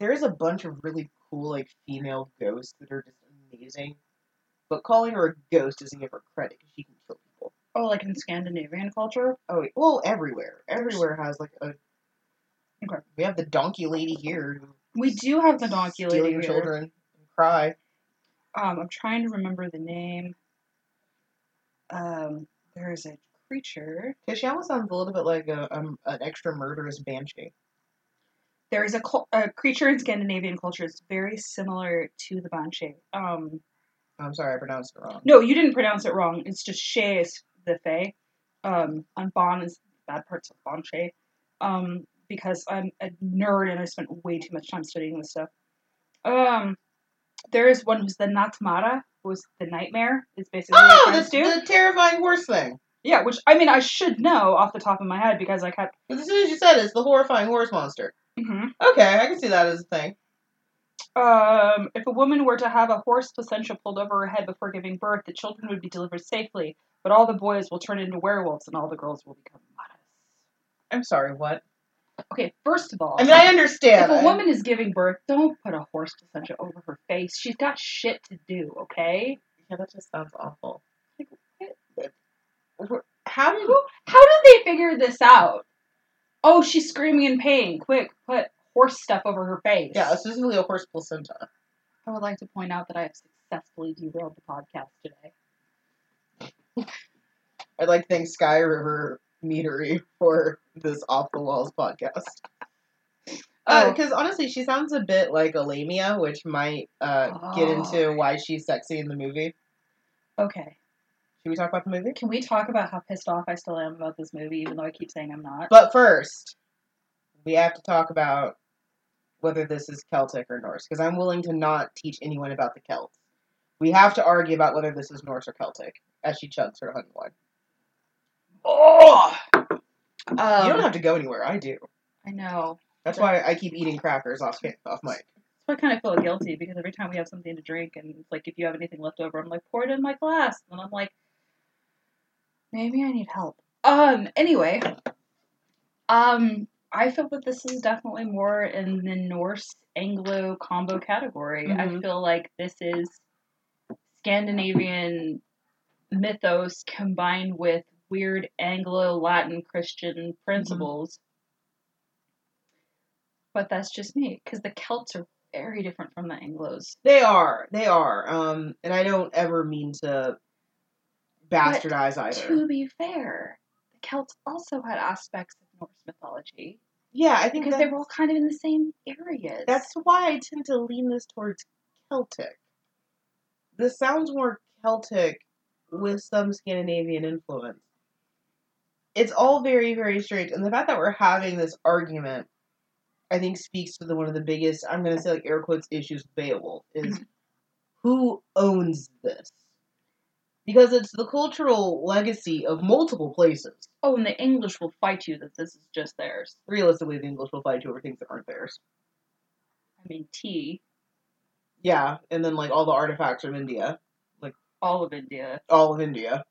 [SPEAKER 2] there's a bunch of really cool like female ghosts that are just amazing. But calling her a ghost doesn't give her credit 'cause she can kill people.
[SPEAKER 1] Oh, like in Scandinavian culture?
[SPEAKER 2] Oh, wait, well, everywhere, everywhere has like a.
[SPEAKER 1] Okay.
[SPEAKER 2] We have the donkey lady here. who
[SPEAKER 1] We do have the donkey
[SPEAKER 2] steal
[SPEAKER 1] lady
[SPEAKER 2] your
[SPEAKER 1] here.
[SPEAKER 2] children and cry.
[SPEAKER 1] Um, I'm trying to remember the name. Um, there is a creature.
[SPEAKER 2] Cause she almost sounds a little bit like a um, an extra murderous banshee.
[SPEAKER 1] there is a, cul- a creature in Scandinavian culture. It's very similar to the banshee. Um,
[SPEAKER 2] I'm sorry, I pronounced it wrong.
[SPEAKER 1] no, you didn't pronounce it wrong. It's just she is the fae. Um, and bon is the bad parts of banshee. Um, because I'm a nerd and I spent way too much time studying this stuff. Um, there is one who's the Natmara, was the nightmare. Is basically
[SPEAKER 2] Oh,
[SPEAKER 1] what it turns
[SPEAKER 2] that's
[SPEAKER 1] to.
[SPEAKER 2] the terrifying horse thing.
[SPEAKER 1] Yeah, which I mean I should know off the top of my head because I kept.
[SPEAKER 2] But as soon as you said it, it's the horrifying horse monster.
[SPEAKER 1] hmm
[SPEAKER 2] Okay, I can see that as a thing.
[SPEAKER 1] Um, if a woman were to have a horse placenta pulled over her head before giving birth, the children would be delivered safely, but all the boys will turn into werewolves and all the girls will become modest.
[SPEAKER 2] I'm sorry, what?
[SPEAKER 1] Okay, first of all,
[SPEAKER 2] I mean, I
[SPEAKER 1] if
[SPEAKER 2] understand.
[SPEAKER 1] a
[SPEAKER 2] I-
[SPEAKER 1] woman is giving birth, don't put a horse placenta over her face. She's got shit to do, okay?
[SPEAKER 2] Yeah, that just sounds awful.
[SPEAKER 1] Like,
[SPEAKER 2] Wh- How did?
[SPEAKER 1] Who, how did they figure this out? Oh, she's screaming in pain. Quick, put horse stuff over her face.
[SPEAKER 2] Yeah, specifically a horse placenta.
[SPEAKER 1] I would like to point out that I have successfully derailed the podcast today.
[SPEAKER 2] I'd like to thank Sky River Meadery for this off the walls podcast.
[SPEAKER 1] Oh,
[SPEAKER 2] Because honestly, she sounds a bit like Alamia, which might uh,
[SPEAKER 1] Oh.
[SPEAKER 2] get into why she's sexy in the movie.
[SPEAKER 1] okay.
[SPEAKER 2] Should we talk about the movie?
[SPEAKER 1] Can we talk about how pissed off I still am about this movie, even though I keep saying I'm not?
[SPEAKER 2] But first, we have to talk about whether this is Celtic or Norse, because I'm willing to not teach anyone about the Celts. We have to argue about whether this is Norse or Celtic as she chugs her hun one.
[SPEAKER 1] Oh,
[SPEAKER 2] you
[SPEAKER 1] Um,
[SPEAKER 2] don't have to go anywhere. I do.
[SPEAKER 1] I know.
[SPEAKER 2] That's why I keep eating crackers off ca- off mic.
[SPEAKER 1] So I kind of feel guilty because every time we have something to drink, and it's like if you have anything left over, I'm like pour it in my glass, and I'm like, maybe I need help. Um. Anyway, um, I feel that this is definitely more in the Norse Anglo combo category. I
[SPEAKER 2] Mhm.
[SPEAKER 1] feel like this is Scandinavian mythos combined with weird Anglo Latin Christian principles. But that's just me, because the Celts are very different from the Anglos.
[SPEAKER 2] They are. They are. Um, and I don't ever mean to bastardize either.
[SPEAKER 1] To be fair, the Celts also had aspects of Norse mythology
[SPEAKER 2] Yeah, I think
[SPEAKER 1] because they
[SPEAKER 2] that-
[SPEAKER 1] were all kind of in the same areas.
[SPEAKER 2] that's why I tend to lean this towards Celtic. This sounds more Celtic with some Scandinavian influence. It's all very, very strange. And the fact that we're having this argument, I think, speaks to the one of the biggest, I'm going to say, like, air quotes, issues with Beowulf is who owns this? Because it's the cultural legacy of multiple places.
[SPEAKER 1] Oh, and the English will fight you that this is just theirs.
[SPEAKER 2] Realistically, the English will fight you over things that aren't theirs.
[SPEAKER 1] I mean, tea,
[SPEAKER 2] Yeah, and then, like, all the artifacts from India,
[SPEAKER 1] all of India.
[SPEAKER 2] all of India.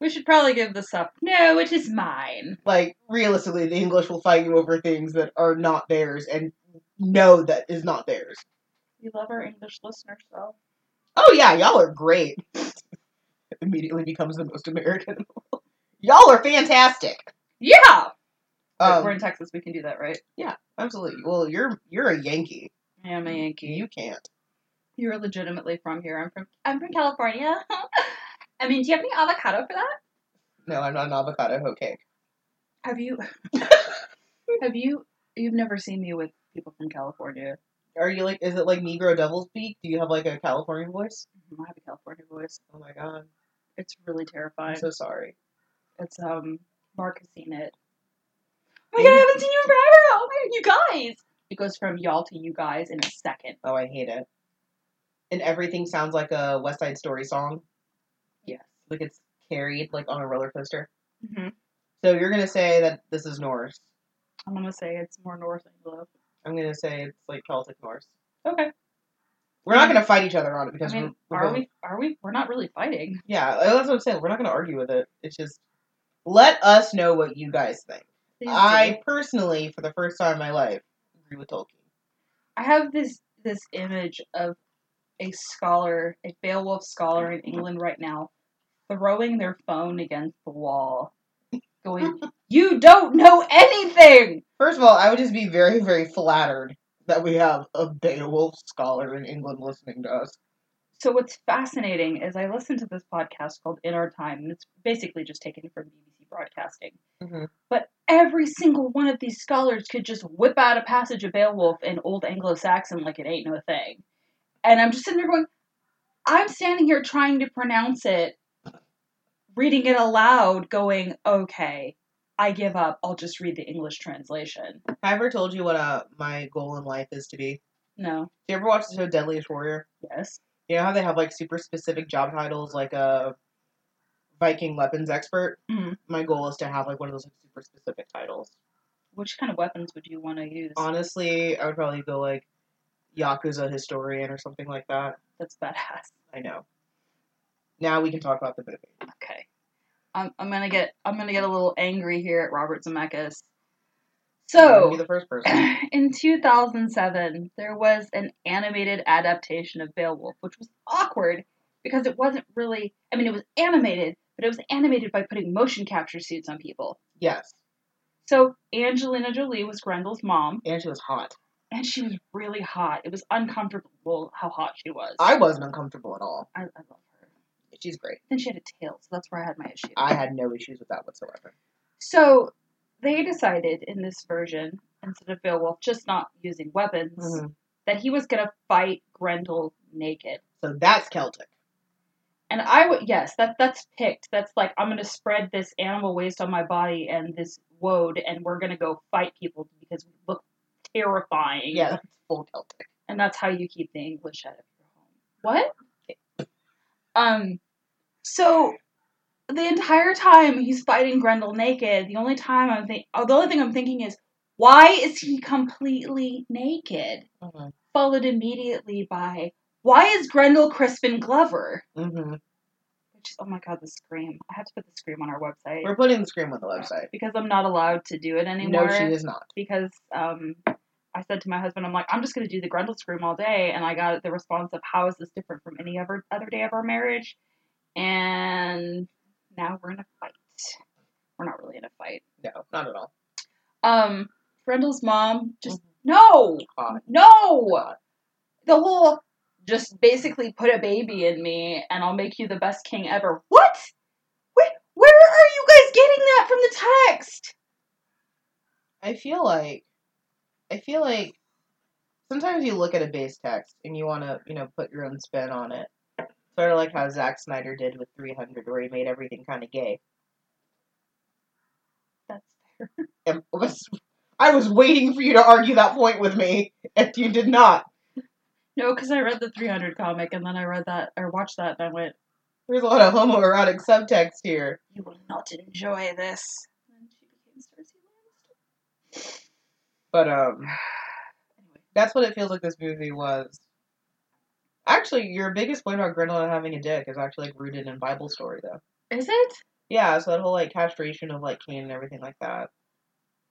[SPEAKER 1] We should probably give this up. No, it is mine.
[SPEAKER 2] like realistically the english will fight you over things that are not theirs and know that is not theirs
[SPEAKER 1] We love our English listeners, though.
[SPEAKER 2] oh yeah y'all are great immediately becomes the most american in the world. y'all are fantastic
[SPEAKER 1] Yeah! But we're
[SPEAKER 2] um,
[SPEAKER 1] in Texas. We can do that, right?
[SPEAKER 2] absolutely well you're you're a yankee
[SPEAKER 1] I am a Yankee.
[SPEAKER 2] you can't
[SPEAKER 1] You are legitimately from here. I'm from. I'm from California. I mean, do you have any avocado for that?
[SPEAKER 2] no i'm not an avocado hoe cake
[SPEAKER 1] Have you? have you? You've never seen me with people from California.
[SPEAKER 2] are you like is it like negro devil's beak do you have like a california voice
[SPEAKER 1] I have a California voice.
[SPEAKER 2] oh my god
[SPEAKER 1] It's really
[SPEAKER 2] i'm
[SPEAKER 1] terrifying.
[SPEAKER 2] so sorry
[SPEAKER 1] it's um Mark has seen it. Oh my god, I haven't seen you in forever. Oh my god, you guys. It goes from y'all to you guys in a second.
[SPEAKER 2] oh i hate it and everything sounds like a west side story song
[SPEAKER 1] Yes.
[SPEAKER 2] like it's carried like on a roller coaster
[SPEAKER 1] hmm
[SPEAKER 2] So you're gonna say that this is Norse.
[SPEAKER 1] I'm gonna say it's more north Anglo.
[SPEAKER 2] I'm gonna say it's like Celtic Norse.
[SPEAKER 1] Okay.
[SPEAKER 2] We're not gonna fight each other on it
[SPEAKER 1] I
[SPEAKER 2] because
[SPEAKER 1] mean,
[SPEAKER 2] we're,
[SPEAKER 1] are we? Are we? We're not really fighting.
[SPEAKER 2] Yeah, uh, that's what I'm saying. We're not gonna argue with it. It's just let us know what you guys think.
[SPEAKER 1] Please do.
[SPEAKER 2] I personally, for the first time in my life, agree with Tolkien.
[SPEAKER 1] I have this this image of a scholar, a Beowulf scholar in England right now, throwing their phone against the wall, going, "You don't know anything."
[SPEAKER 2] First of all, I would just be very, very flattered that we have a Beowulf scholar in England listening to us.
[SPEAKER 1] So what's fascinating is I listened to this podcast called In Our Time, and it's basically just taken from BBC broadcasting.
[SPEAKER 2] Mhm.
[SPEAKER 1] But every single one of these scholars could just whip out a passage of Beowulf in old Anglo-Saxon like it ain't no thing. And I'm just sitting there going, I'm standing here trying to pronounce it, reading it aloud, going, okay, I give up. I'll just read the English translation.
[SPEAKER 2] Have I ever told you what uh, my goal in life is to be?
[SPEAKER 1] No.
[SPEAKER 2] Do you ever watch the show Deadliest Warrior?
[SPEAKER 1] Yes.
[SPEAKER 2] You know how they have like super specific job titles, like a Viking weapons expert.
[SPEAKER 1] Mhm.
[SPEAKER 2] My goal is to have like one of those like, super specific titles.
[SPEAKER 1] Which kind of weapons would you want to use?
[SPEAKER 2] Honestly, I would probably go like Yakuza historian or something like that.
[SPEAKER 1] That's badass.
[SPEAKER 2] I know. Now we can talk about the movie.
[SPEAKER 1] Okay. I'm, I'm gonna get I'm gonna get a little angry here at Robert Zemeckis.
[SPEAKER 2] You're
[SPEAKER 1] So Oh.
[SPEAKER 2] gonna be the first person.
[SPEAKER 1] in 2007, there was an animated adaptation of Beowulf, which was awkward because it wasn't really. I mean, it was animated, but it was animated by putting motion capture suits on people.
[SPEAKER 2] yes,
[SPEAKER 1] So Angelina Jolie was Grendel's mom,
[SPEAKER 2] and she was hot.
[SPEAKER 1] and she was really hot. It was uncomfortable how hot she was.
[SPEAKER 2] I wasn't uncomfortable at all.
[SPEAKER 1] I, I love her.
[SPEAKER 2] She's great.
[SPEAKER 1] Then she had a tail, so that's where I had my issue.
[SPEAKER 2] I had no issues with that whatsoever.
[SPEAKER 1] So they decided in this version, instead of Beowulf just not using weapons,
[SPEAKER 2] Mm-hmm.
[SPEAKER 1] that he was going to fight Grendel naked.
[SPEAKER 2] So that's Celtic.
[SPEAKER 1] And I would, yes, that that's picked. That's like, I'm going to spread this animal waste on my body and this woad, and we're going to go fight people because we look terrifying.
[SPEAKER 2] Yeah, that's full Celtic.
[SPEAKER 1] And that's how you keep the English out of your home. What? Um, so the entire time he's fighting Grendel naked, the only time I'm think, oh, the only thing I'm thinking is, why is he completely naked? Followed immediately by, why is Grendel Crispin Glover?
[SPEAKER 2] Mm-hmm.
[SPEAKER 1] Which is, oh my god, the scream! I have to put the scream on our website
[SPEAKER 2] We're putting the scream on the website.
[SPEAKER 1] because I'm not allowed to do it anymore.
[SPEAKER 2] No, she is not.
[SPEAKER 1] because um, I said to my husband, I'm like, I'm just going to do the Grendel scream all day. And I got the response of, how is this different from any other, other day of our marriage? And now we're in a fight. We're not really in a fight.
[SPEAKER 2] No, not at all.
[SPEAKER 1] Um, Grendel's mom just, no,
[SPEAKER 2] Hot.
[SPEAKER 1] no. The whole, just basically put a baby in me and I'll make you the best king ever. What? Where, where are you guys getting that from the text?
[SPEAKER 2] I feel like, I feel like sometimes you look at a base text and you want to, you know, put your own spin on it. Sort of like how Zack Snyder did with 300, where he made everything kind of gay.
[SPEAKER 1] That's fair.
[SPEAKER 2] And I was- I was waiting for you to argue that point with me, and you did not.
[SPEAKER 1] No, because I read the 300 comic and then I read that or watched that and I went,
[SPEAKER 2] There's a lot of homoerotic subtext here.
[SPEAKER 1] You will not enjoy this. And she became Cersei Lannister.
[SPEAKER 2] But um,
[SPEAKER 1] Anyway,
[SPEAKER 2] that's what it feels like this movie was. Actually, your biggest point about Grendel not having a dick is actually like rooted in Bible story though.
[SPEAKER 1] is it?
[SPEAKER 2] Yeah, so that whole like castration of like Cain and everything like that.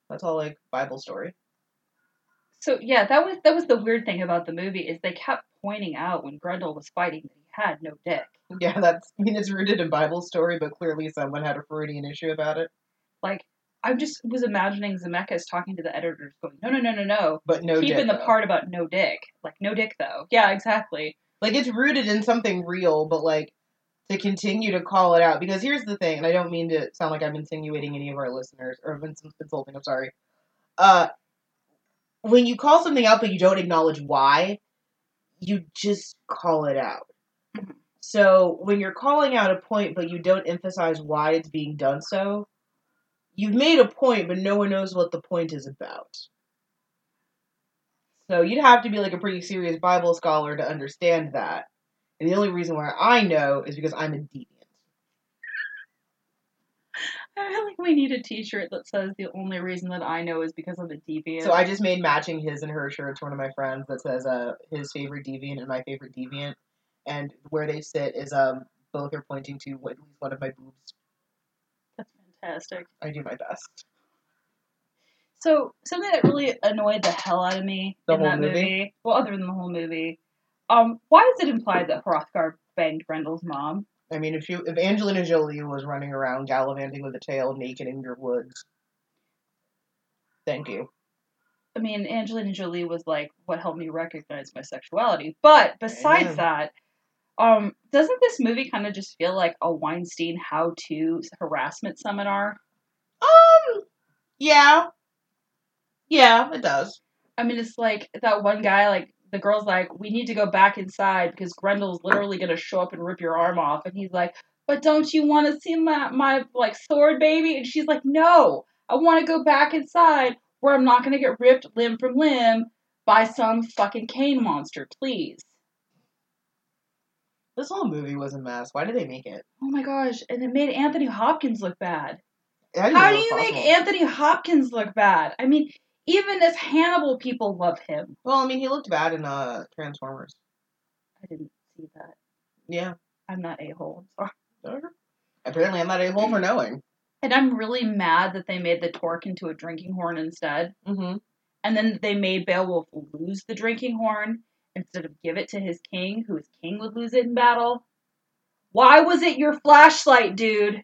[SPEAKER 2] That's all like Bible story.
[SPEAKER 1] So yeah, that was that was the weird thing about the movie is they kept pointing out when Grendel was fighting that he had no dick.
[SPEAKER 2] Yeah, that's I mean it's rooted in Bible story, but clearly someone had a Freudian issue about it.
[SPEAKER 1] Like I just was imagining Zemeckis talking to the editors, going, "No, no, no, no, no."
[SPEAKER 2] But no
[SPEAKER 1] Keep
[SPEAKER 2] dick,
[SPEAKER 1] in the
[SPEAKER 2] though.
[SPEAKER 1] part about no dick, like no dick though. Yeah, exactly.
[SPEAKER 2] Like it's rooted in something real, but like to continue to call it out because here's the thing, and I don't mean to sound like I'm insinuating any of our listeners or I've insulting. I'm sorry. Uh, when you call something out but you don't acknowledge why, you just call it out.
[SPEAKER 1] Mhm.
[SPEAKER 2] So when you're calling out a point but you don't emphasize why it's being done so, you've made a point but no one knows what the point is about. So you'd have to be like a pretty serious Bible scholar to understand that. And the only reason why I know is because I'm a deviant.
[SPEAKER 1] I feel like we need a T-shirt that says the only reason that I know is because of the deviant.
[SPEAKER 2] So I just made matching his and her shirts. One of my friends that says uh his favorite deviant and my favorite deviant, and where they sit is um both are pointing to what- at least one of my boobs.
[SPEAKER 1] That's fantastic.
[SPEAKER 2] I do my best.
[SPEAKER 1] So something that really annoyed the hell out of me
[SPEAKER 2] The
[SPEAKER 1] in
[SPEAKER 2] whole
[SPEAKER 1] that movie?
[SPEAKER 2] movie?
[SPEAKER 1] well, other than the whole movie, um, why is it implied that Hrothgar banged Grendel's mom?
[SPEAKER 2] I mean, if you if Angelina Jolie was running around gallivanting with a tail naked in your woods, thank you.
[SPEAKER 1] I mean, Angelina Jolie was like what helped me recognize my sexuality. But besides
[SPEAKER 2] Amen.
[SPEAKER 1] that, um, doesn't this movie kind of just feel like a Weinstein how-to harassment seminar?
[SPEAKER 2] Um, yeah, yeah, it does.
[SPEAKER 1] I mean, it's like that one guy, like the girl's like, "We need to go back inside because Grendel's literally gonna show up and rip your arm off," and he's like, "But don't you want to see my my like sword, baby?" And she's like, "No, I want to go back inside where I'm not gonna get ripped limb from limb by some fucking cane monster, please."
[SPEAKER 2] This whole movie was a mess. Why did they make it?
[SPEAKER 1] Oh my gosh, and it made Anthony Hopkins look bad.
[SPEAKER 2] I didn't
[SPEAKER 1] How do
[SPEAKER 2] know it was
[SPEAKER 1] you make
[SPEAKER 2] possible.
[SPEAKER 1] Anthony Hopkins look bad? I mean, even as Hannibal people love him.
[SPEAKER 2] Well, I mean, he looked bad in uh Transformers.
[SPEAKER 1] I didn't see that.
[SPEAKER 2] Yeah.
[SPEAKER 1] I'm not a hole. I'm sorry.
[SPEAKER 2] Apparently, I'm not a hole for knowing.
[SPEAKER 1] And I'm really mad that they made the torque into a drinking horn instead.
[SPEAKER 2] Mm-hmm.
[SPEAKER 1] And then they made Beowulf lose the drinking horn instead of give it to his king, who his king would lose it in battle. Why was it your flashlight, dude?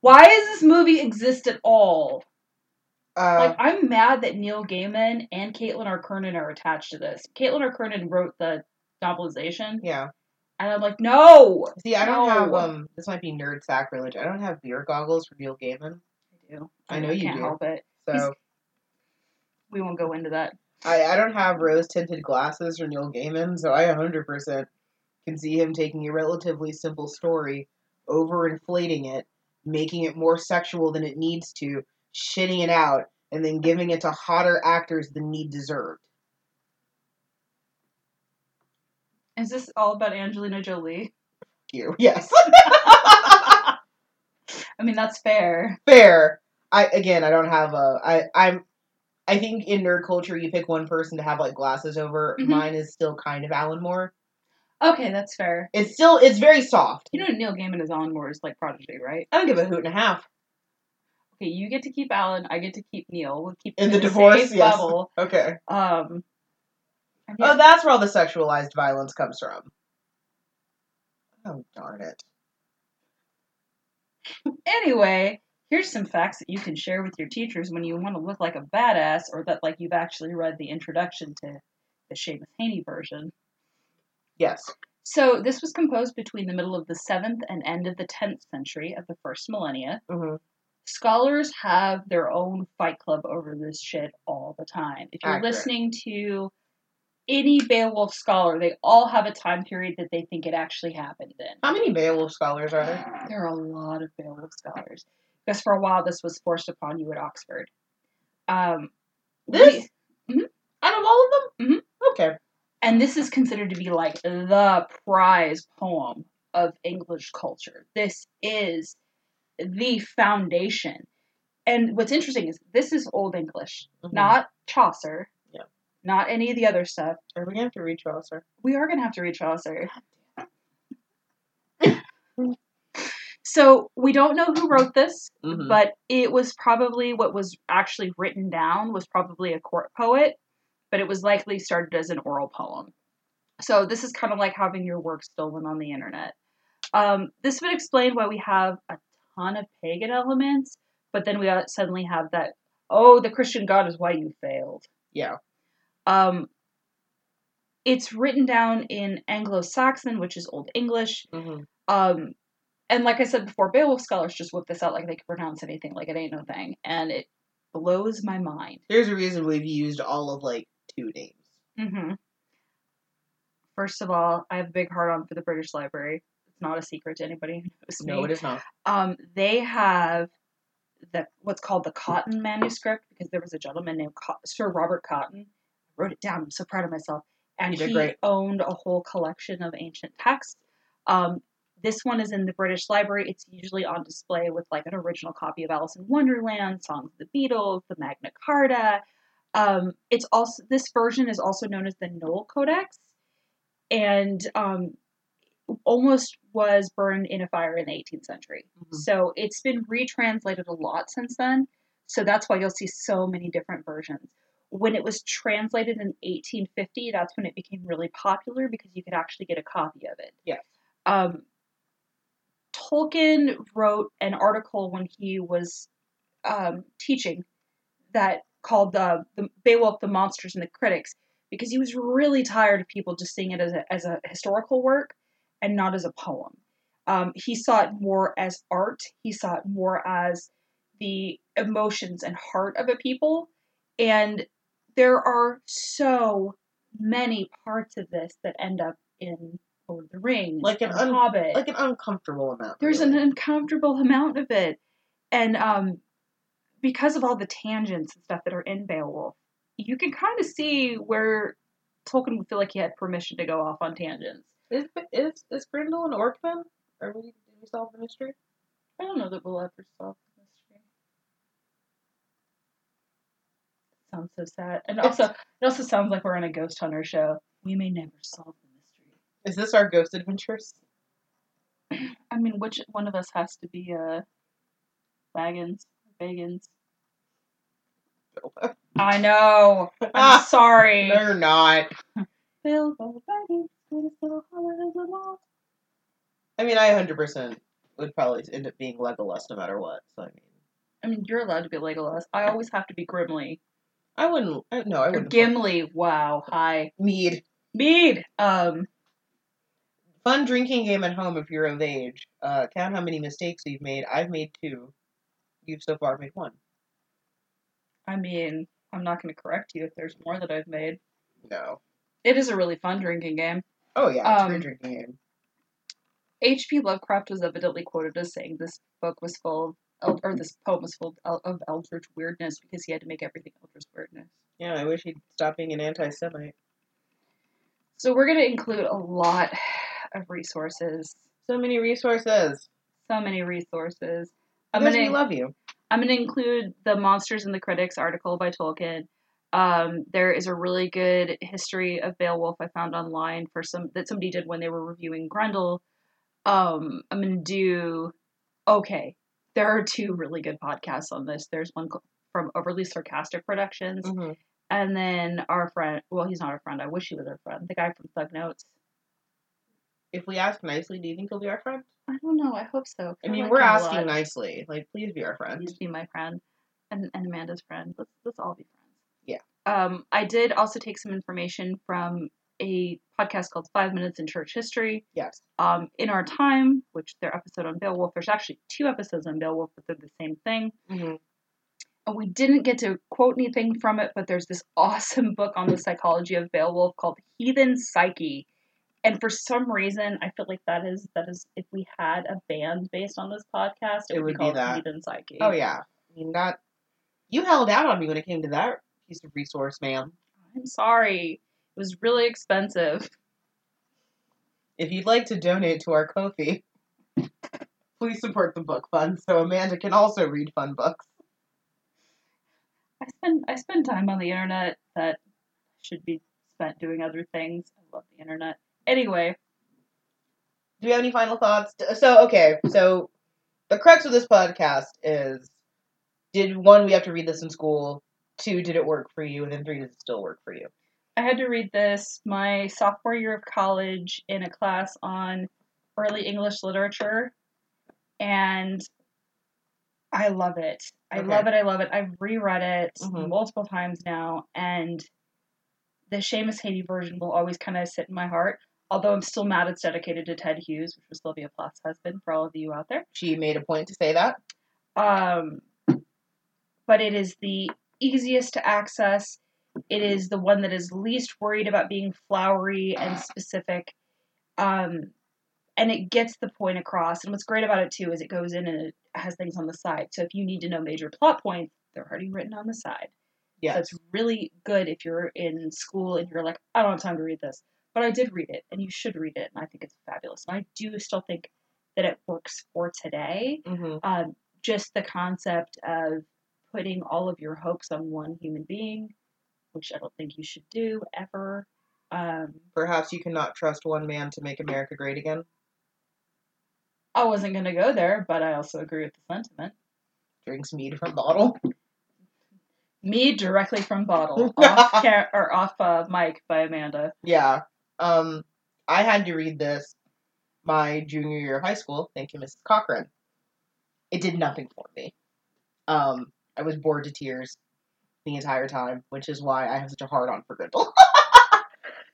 [SPEAKER 1] Why does this movie exist at all?
[SPEAKER 2] Uh,
[SPEAKER 1] Like, I'm mad that Neil Gaiman and Caitlin R. Kernan are attached to this. Caitlin R. Kernan wrote the novelization,
[SPEAKER 2] yeah.
[SPEAKER 1] and I'm like, no!
[SPEAKER 2] See, I don't
[SPEAKER 1] No.
[SPEAKER 2] have um. This might be nerd sacrilege. I don't have beer goggles for Neil Gaiman,
[SPEAKER 1] I do.
[SPEAKER 2] I know you
[SPEAKER 1] can't
[SPEAKER 2] do.
[SPEAKER 1] help it.
[SPEAKER 2] so
[SPEAKER 1] We won't go into that.
[SPEAKER 2] I, I don't have rose tinted glasses for Neil Gaiman. So I 100 percent can see him taking a relatively simple story, overinflating it, making it more sexual than it needs to, shitting it out, and then giving it to hotter actors than need deserved.
[SPEAKER 1] Is this all about Angelina Jolie?
[SPEAKER 2] You yes.
[SPEAKER 1] I mean, that's fair.
[SPEAKER 2] fair. I again, I don't have a. I I'm. I think in nerd culture, you pick one person to have like glasses over.
[SPEAKER 1] Mhm.
[SPEAKER 2] Mine is still kind of Alan Moore.
[SPEAKER 1] Okay, that's fair.
[SPEAKER 2] It's still it's very soft.
[SPEAKER 1] You know Neil Gaiman is Alan Moore's like prodigy, right?
[SPEAKER 2] I don't give a hoot and a half.
[SPEAKER 1] Okay, you get to keep Alan, I get to keep Neil. We'll keep
[SPEAKER 2] In
[SPEAKER 1] them
[SPEAKER 2] the
[SPEAKER 1] at
[SPEAKER 2] divorce,
[SPEAKER 1] safe
[SPEAKER 2] yes.
[SPEAKER 1] level.
[SPEAKER 2] Okay.
[SPEAKER 1] Um, I mean,
[SPEAKER 2] Oh, that's where all the sexualized violence comes from. Oh darn it!
[SPEAKER 1] anyway, here's some facts that you can share with your teachers when you want to look like a badass, or that like you've actually read the introduction to the Seamus Haney version.
[SPEAKER 2] Yes.
[SPEAKER 1] So this was composed between the middle of the seventh and end of the tenth century of the first millennia.
[SPEAKER 2] hmm
[SPEAKER 1] Scholars have their own fight club over this shit all the time. If you're
[SPEAKER 2] Accurate.
[SPEAKER 1] listening to any Beowulf scholar, they all have a time period that they think it actually happened in.
[SPEAKER 2] How many Beowulf scholars are there?
[SPEAKER 1] There are a lot of Beowulf scholars because for a while this was forced upon you at Oxford. Um,
[SPEAKER 2] This?
[SPEAKER 1] we-
[SPEAKER 2] Out of all of them? Mm-hmm. Okay.
[SPEAKER 1] and this is considered to be like the prize poem of English culture. This is the foundation. And what's interesting is this is Old English,
[SPEAKER 2] Mhm.
[SPEAKER 1] not Chaucer,
[SPEAKER 2] Yeah.
[SPEAKER 1] not any of the other stuff.
[SPEAKER 2] Are we gonna have to read Chaucer?
[SPEAKER 1] We are going to have to read Chaucer. so we don't know who wrote this.
[SPEAKER 2] Mm-hmm.
[SPEAKER 1] but it was probably what was actually written down was probably a court poet, but it was likely started as an oral poem. So this is kind of like having your work stolen on the internet. Um, this would explain why we have a ton of pagan elements, but then we uh, suddenly have that oh, the Christian God is why you failed.
[SPEAKER 2] yeah.
[SPEAKER 1] Um, it's written down in Anglo-Saxon, which is Old English,
[SPEAKER 2] Mm-hmm.
[SPEAKER 1] um, and like I said before, Beowulf scholars just whip this out like they could pronounce anything, like it ain't no thing, and it blows my mind.
[SPEAKER 2] There's a reason we've used all of like two names. Mm-hmm.
[SPEAKER 1] hmm First of all, I have a big heart on for the British Library. It's not a secret to anybody who knows me.
[SPEAKER 2] No, it is not.
[SPEAKER 1] um, they have the what's called the Cotton manuscript because there was a gentleman named Co- Sir Robert Cotton. I wrote it down. I'm so proud of myself. And
[SPEAKER 2] You did
[SPEAKER 1] he
[SPEAKER 2] great.
[SPEAKER 1] owned a whole collection of ancient texts. Um, this one is in the British Library. It's usually on display with like an original copy of Alice in Wonderland, Songs of the Beatles, the Magna Carta. Um, it's also this version is also known as the Knoll Codex, and um, almost was burned in a fire in the 18th century.
[SPEAKER 2] Mhm.
[SPEAKER 1] So it's been retranslated a lot since then. So that's why you'll see so many different versions. When it was translated in 1850, that's when it became really popular because you could actually get a copy of it.
[SPEAKER 2] Yes.
[SPEAKER 1] Um, Tolkien wrote an article when he was um, teaching that called the, the Beowulf, the Monsters and the Critics, because he was really tired of people just seeing it as a, as a historical work and not as a poem. Um, he saw it more as art. He saw it more as the emotions and heart of a people. And there are so many parts of this that end up in Lord of the Rings,
[SPEAKER 2] Like an
[SPEAKER 1] and
[SPEAKER 2] un-
[SPEAKER 1] Hobbit.
[SPEAKER 2] Like an uncomfortable amount.
[SPEAKER 1] There's an
[SPEAKER 2] really.
[SPEAKER 1] uncomfortable amount of it. And um, because of all the tangents and stuff that are in Beowulf, you can kind of see where Tolkien would feel like he had permission to go off on tangents.
[SPEAKER 2] Is is is Grindel an orc then? Are we did we solve the mystery?
[SPEAKER 1] I don't know that we'll ever solve the mystery. Sounds so sad, and also it also sounds like we're on a ghost hunter show. We may never solve the mystery.
[SPEAKER 2] Is this our ghost adventures?
[SPEAKER 1] I mean, which one of us has to be uh, Baggins? Bagans.
[SPEAKER 2] Bilbo.
[SPEAKER 1] I know. I'm
[SPEAKER 2] Ah,
[SPEAKER 1] sorry.
[SPEAKER 2] They're not.
[SPEAKER 1] Bilbo Baggins, greatest little holler of them all.
[SPEAKER 2] I mean, I 100% would probably end up being Legolas no matter what. So I mean,
[SPEAKER 1] I mean, you're allowed to be Legolas. I always have to be Grimly.
[SPEAKER 2] I wouldn't. I, no, I
[SPEAKER 1] Or
[SPEAKER 2] wouldn't.
[SPEAKER 1] Gimli. Wow. Hi.
[SPEAKER 2] Mead.
[SPEAKER 1] Mead. Um.
[SPEAKER 2] Fun drinking game at home if you're of age. Uh, count how many mistakes you've made. I've made two. You've so far made one.
[SPEAKER 1] I mean, I'm not going to correct you if there's more that I've made.
[SPEAKER 2] No.
[SPEAKER 1] It is a really fun drinking game.
[SPEAKER 2] Oh yeah, it's a
[SPEAKER 1] Um,
[SPEAKER 2] great drinking game.
[SPEAKER 1] H.P. Lovecraft was evidently quoted as saying this book was full of, el- or this poem was full of, el- of eldritch weirdness because he had to make everything eldritch weirdness.
[SPEAKER 2] Yeah, I wish he'd stop being an anti-Semite.
[SPEAKER 1] So we're going to include a lot of resources.
[SPEAKER 2] So many resources.
[SPEAKER 1] So many resources. I'm
[SPEAKER 2] Because
[SPEAKER 1] gonna,
[SPEAKER 2] we love you.
[SPEAKER 1] I'm going to include the Monsters and the Critics article by Tolkien. Um, there is a really good history of Beowulf I found online for some that somebody did when they were reviewing Grendel. Um, I'm going to do okay. There are two really good podcasts on this. There's one co- from Overly Sarcastic Productions,
[SPEAKER 2] Mm-hmm.
[SPEAKER 1] and then our friend. Well, he's not our friend. I wish he was our friend. The guy from Thug Notes.
[SPEAKER 2] If we ask nicely, do you think he'll be our friend?
[SPEAKER 1] I don't know. I hope so.
[SPEAKER 2] I
[SPEAKER 1] I
[SPEAKER 2] mean,
[SPEAKER 1] like
[SPEAKER 2] we're
[SPEAKER 1] him a
[SPEAKER 2] asking
[SPEAKER 1] lot.
[SPEAKER 2] nicely. Like, please be our friend.
[SPEAKER 1] Please be my friend and, and Amanda's friend. Let's let's all be friends.
[SPEAKER 2] Yeah.
[SPEAKER 1] Um, I did also take some information from a podcast called Five Minutes in Church History.
[SPEAKER 2] Yes.
[SPEAKER 1] Um, in our time, which their episode on Beowulf, there's actually two episodes on Beowulf, but they're the same thing.
[SPEAKER 2] Mm-hmm.
[SPEAKER 1] And we didn't get to quote anything from it, but there's this awesome book on the psychology of Beowulf called Heathen Psyche. And for some reason, I feel like that is that is if we had a band based on this podcast, it, would be called
[SPEAKER 2] that.
[SPEAKER 1] Heathen Psyche.
[SPEAKER 2] Oh yeah. I mean, that you held out on me when it came to that piece of resource, ma'am.
[SPEAKER 1] I'm sorry. It was really expensive.
[SPEAKER 2] If you'd like to donate to our Kofi, please support the book fund so Amanda can also read fun books.
[SPEAKER 1] I spend I spend time on the internet that should be spent doing other things. I love the internet. Anyway,
[SPEAKER 2] Do we have any final thoughts? So okay, so the crux of this podcast is: did one, we have to read this in school? Two, did it work for you? And then three, does it still work for you?
[SPEAKER 1] I had to read this my sophomore year of college in a class on early English literature and I love it. I
[SPEAKER 2] Okay.
[SPEAKER 1] love it. I love it. I've reread it
[SPEAKER 2] Mhm.
[SPEAKER 1] multiple times now and the Seamus Haney version will always kind of sit in my heart. Although I'm still mad it's dedicated to Ted Hughes, which was Sylvia Plath's husband, for all of you out there.
[SPEAKER 2] She made a point to say that.
[SPEAKER 1] um, but it is the easiest to access. It is the one that is least worried about being flowery and specific, um, and it gets the point across. And what's great about it too is it goes in and it has things on the side. So if you need to know major plot points, they're already written on the side.
[SPEAKER 2] Yes.
[SPEAKER 1] So it's really good if you're in school and you're like, I don't have time to read this. But I did read it, and you should read it, and I think it's fabulous. And I do still think that it works for today
[SPEAKER 2] Mm-hmm.
[SPEAKER 1] um, just the concept of putting all of your hopes on one human being, which I don't think you should do ever. Um,
[SPEAKER 2] Perhaps you cannot trust one man to make America great again.
[SPEAKER 1] I wasn't going to go there, but I also agree with the sentiment.
[SPEAKER 2] Drinks mead from bottle.
[SPEAKER 1] Me directly from bottle, off ca- or off uh, mic by Amanda.
[SPEAKER 2] Yeah. Um, I had to read this my junior year of high school. Thank you, Mrs. Cochran. It did nothing for me. Um, I was bored to tears the entire time, which is why I have such a hard on for Grindel,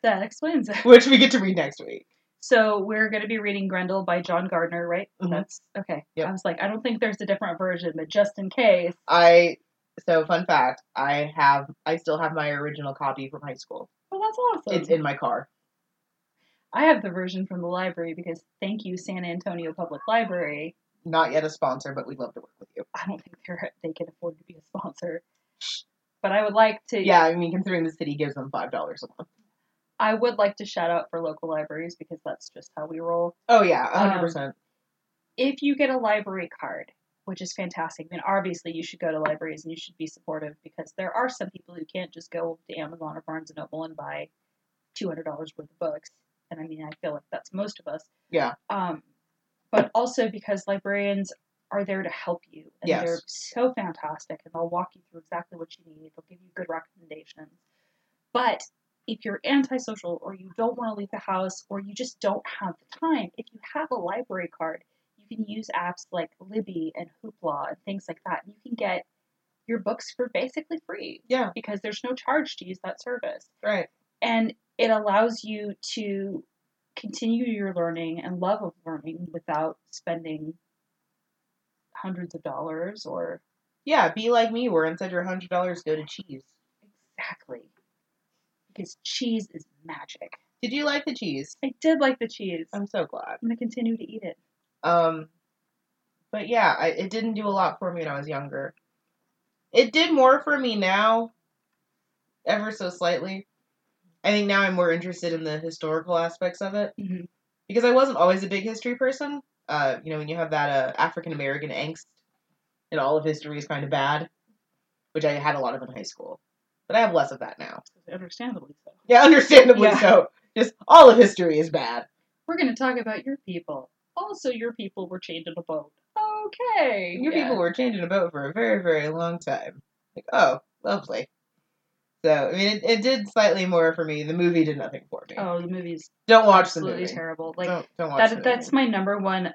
[SPEAKER 1] That explains it.
[SPEAKER 2] which we get to read next week.
[SPEAKER 1] So we're going to be reading Grendel by John Gardner, right?
[SPEAKER 2] Mhm.
[SPEAKER 1] That's okay.
[SPEAKER 2] Yep.
[SPEAKER 1] I was like, I don't think there's a different version, but just in case,
[SPEAKER 2] I so fun fact, I have I still have my original copy from high school.
[SPEAKER 1] well, that's awesome.
[SPEAKER 2] It's in my car.
[SPEAKER 1] I have the version from the library because thank you, San Antonio Public Library.
[SPEAKER 2] Not yet a sponsor, but we'd love to work with you.
[SPEAKER 1] I don't think they're they can afford to be a sponsor. But I would like to.
[SPEAKER 2] Yeah, I mean considering the city gives them five dollars a month.
[SPEAKER 1] I would like to shout out for local libraries because that's just how we roll.
[SPEAKER 2] Oh yeah,
[SPEAKER 1] Um,
[SPEAKER 2] hundred percent.
[SPEAKER 1] if you get a library card, which is fantastic, then obviously you should go to libraries and you should be supportive because there are some people who can't just go to Amazon or Barnes and Noble and buy two hundred dollars worth of books. And I mean, I feel like that's most of us.
[SPEAKER 2] Yeah.
[SPEAKER 1] Um, but also because librarians are there to help you, and
[SPEAKER 2] Yes.
[SPEAKER 1] they're so fantastic, and they'll walk you through exactly what you need. They'll give you good recommendations. But if you're antisocial, or you don't want to leave the house, or you just don't have the time, if you have a library card, you can use apps like Libby and Hoopla and things like that. And you can get your books for basically free.
[SPEAKER 2] Yeah.
[SPEAKER 1] Because there's no charge to use that service.
[SPEAKER 2] Right.
[SPEAKER 1] And it allows you to continue your learning and love of learning without spending hundreds of dollars or
[SPEAKER 2] Yeah, be like me where instead your hundred dollars go to cheese.
[SPEAKER 1] exactly. Because cheese is magic.
[SPEAKER 2] Did you like the cheese?
[SPEAKER 1] I did like the cheese. I'm
[SPEAKER 2] I'm so glad.
[SPEAKER 1] going to continue to eat it.
[SPEAKER 2] Um, but yeah, I, it didn't do a lot for me when I was younger. It did more for me now, ever so slightly. I think now I'm more interested in the historical aspects of it
[SPEAKER 1] Mhm.
[SPEAKER 2] because I wasn't always a big history person. Uh, you know, when you have that uh, African American angst and all of history is kind of bad, which I had a lot of in high school, but I have less of that now.
[SPEAKER 1] Understandably so.
[SPEAKER 2] Yeah, understandably
[SPEAKER 1] Yeah.
[SPEAKER 2] so. Just all of history is bad.
[SPEAKER 1] We're going to talk about your people. Also, your people were chained in a boat. Okay.
[SPEAKER 2] Your
[SPEAKER 1] yeah.
[SPEAKER 2] people were changing a boat for a very, very long time. Like, oh, lovely. So, I mean, it, it did slightly more for me. The movie did nothing for me.
[SPEAKER 1] Oh, the Oh, movie's
[SPEAKER 2] don't watch the
[SPEAKER 1] absolutely
[SPEAKER 2] movie.
[SPEAKER 1] terrible. Like
[SPEAKER 2] don't, don't watch the
[SPEAKER 1] that,
[SPEAKER 2] movie.
[SPEAKER 1] that's my number one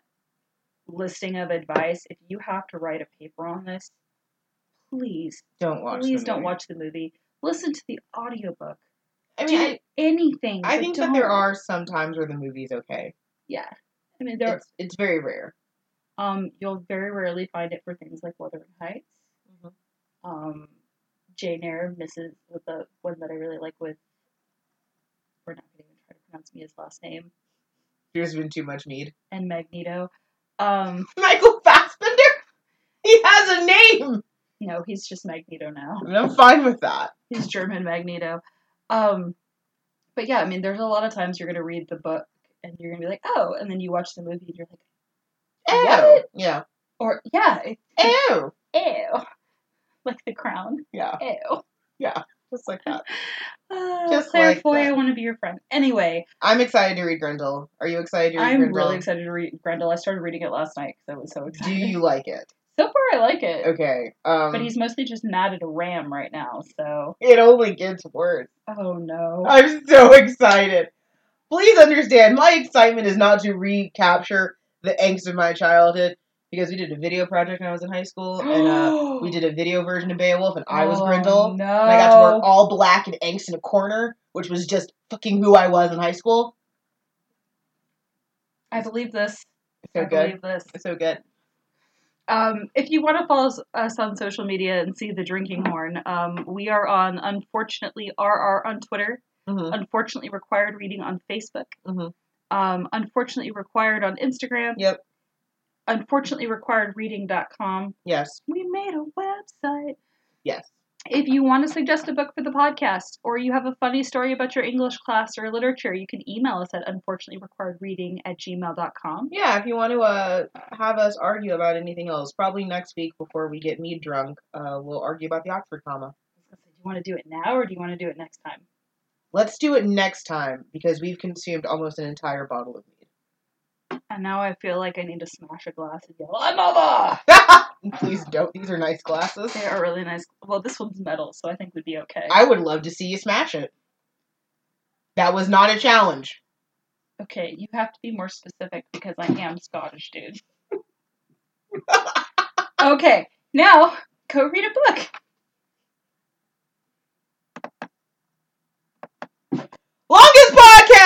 [SPEAKER 1] listing of advice. If you have to write a paper on this, please,
[SPEAKER 2] don't watch. the
[SPEAKER 1] please don't
[SPEAKER 2] movie.
[SPEAKER 1] watch the movie. Listen to the audiobook.
[SPEAKER 2] I mean,
[SPEAKER 1] Do
[SPEAKER 2] I,
[SPEAKER 1] anything.
[SPEAKER 2] I
[SPEAKER 1] but
[SPEAKER 2] think that there
[SPEAKER 1] don't-
[SPEAKER 2] are some times where the movie's okay.
[SPEAKER 1] Yeah, I mean there.
[SPEAKER 2] It's, it's very rare.
[SPEAKER 1] Um, you'll very rarely find it for things like Wuthering Heights. Mm-hmm.
[SPEAKER 2] Mhm.
[SPEAKER 1] Um, Jane Eyre, Mrs. with the one that I really like with. We're not going to even try to pronounce Mia's last name.
[SPEAKER 2] There's been too much mead.
[SPEAKER 1] And Magneto. Um,
[SPEAKER 2] Michael Fassbender. He has a name,
[SPEAKER 1] no, he's just Magneto now.
[SPEAKER 2] and I'm fine with that.
[SPEAKER 1] He's German Magneto. Um, but yeah, I mean, there's a lot of times you're gonna read the book and you're gonna be like, oh, and then you watch the movie and you're like,
[SPEAKER 2] Ew.
[SPEAKER 1] What?
[SPEAKER 2] Yeah.
[SPEAKER 1] or yeah, it,
[SPEAKER 2] Ew.
[SPEAKER 1] ew, like The Crown,
[SPEAKER 2] Yeah.
[SPEAKER 1] ew.
[SPEAKER 2] Just like that.
[SPEAKER 1] Uh,
[SPEAKER 2] Just
[SPEAKER 1] Claire
[SPEAKER 2] like
[SPEAKER 1] Foy,
[SPEAKER 2] that.
[SPEAKER 1] I want to be your friend. Anyway,
[SPEAKER 2] I'm excited to read Grendel. Are you excited to read
[SPEAKER 1] I'm
[SPEAKER 2] Grendel?
[SPEAKER 1] really excited to read Grendel. I started reading it last night because I was so
[SPEAKER 2] Do
[SPEAKER 1] excited.
[SPEAKER 2] you like it?
[SPEAKER 1] So far, I like it,
[SPEAKER 2] Okay. Um,
[SPEAKER 1] but he's mostly just mad at a ram right now. So,
[SPEAKER 2] it only gets worse.
[SPEAKER 1] oh no.
[SPEAKER 2] I'm so excited. Please understand, my excitement is not to recapture the angst of my childhood because we did a video project when I was in high school, and uh, we did a video version of Beowulf, and I was
[SPEAKER 1] Oh,
[SPEAKER 2] Grendel,
[SPEAKER 1] No.
[SPEAKER 2] and I got to wear all black and angst in a corner, which was just fucking who I was in high school.
[SPEAKER 1] I believe this.
[SPEAKER 2] So
[SPEAKER 1] I believe
[SPEAKER 2] good,
[SPEAKER 1] this.
[SPEAKER 2] so good.
[SPEAKER 1] Um, if you want to follow us- us on social media and see the drinking horn, um, we are on unfortunately RR on Twitter,
[SPEAKER 2] hmm
[SPEAKER 1] unfortunately required reading on Facebook,
[SPEAKER 2] Mhm.
[SPEAKER 1] um, unfortunately required on Instagram,
[SPEAKER 2] Yep.
[SPEAKER 1] unfortunately required reading.com.
[SPEAKER 2] Yes.
[SPEAKER 1] We made a website.
[SPEAKER 2] Yes.
[SPEAKER 1] If you want to suggest a book for the podcast or you have a funny story about your English class or literature, you can email us at unfortunately required reading at gmail.com.
[SPEAKER 2] Yeah, if you want to uh, have us argue about anything else, probably next week before we get me drunk, uh, we'll argue about the Oxford comma.
[SPEAKER 1] Do you want to do it now or do you want to do it next time?
[SPEAKER 2] Let's do it next time because we've consumed almost an entire bottle of mead.
[SPEAKER 1] And now I feel like I need to smash a glass and yell, another!
[SPEAKER 2] Please don't. These are nice glasses.
[SPEAKER 1] They are really nice. Well, this one's metal, so I think we'd be okay.
[SPEAKER 2] I would love to see you smash it. That was not a challenge.
[SPEAKER 1] okay, you have to be more specific because I am Scottish, dude. okay, now go read a book.
[SPEAKER 2] Longest podcast.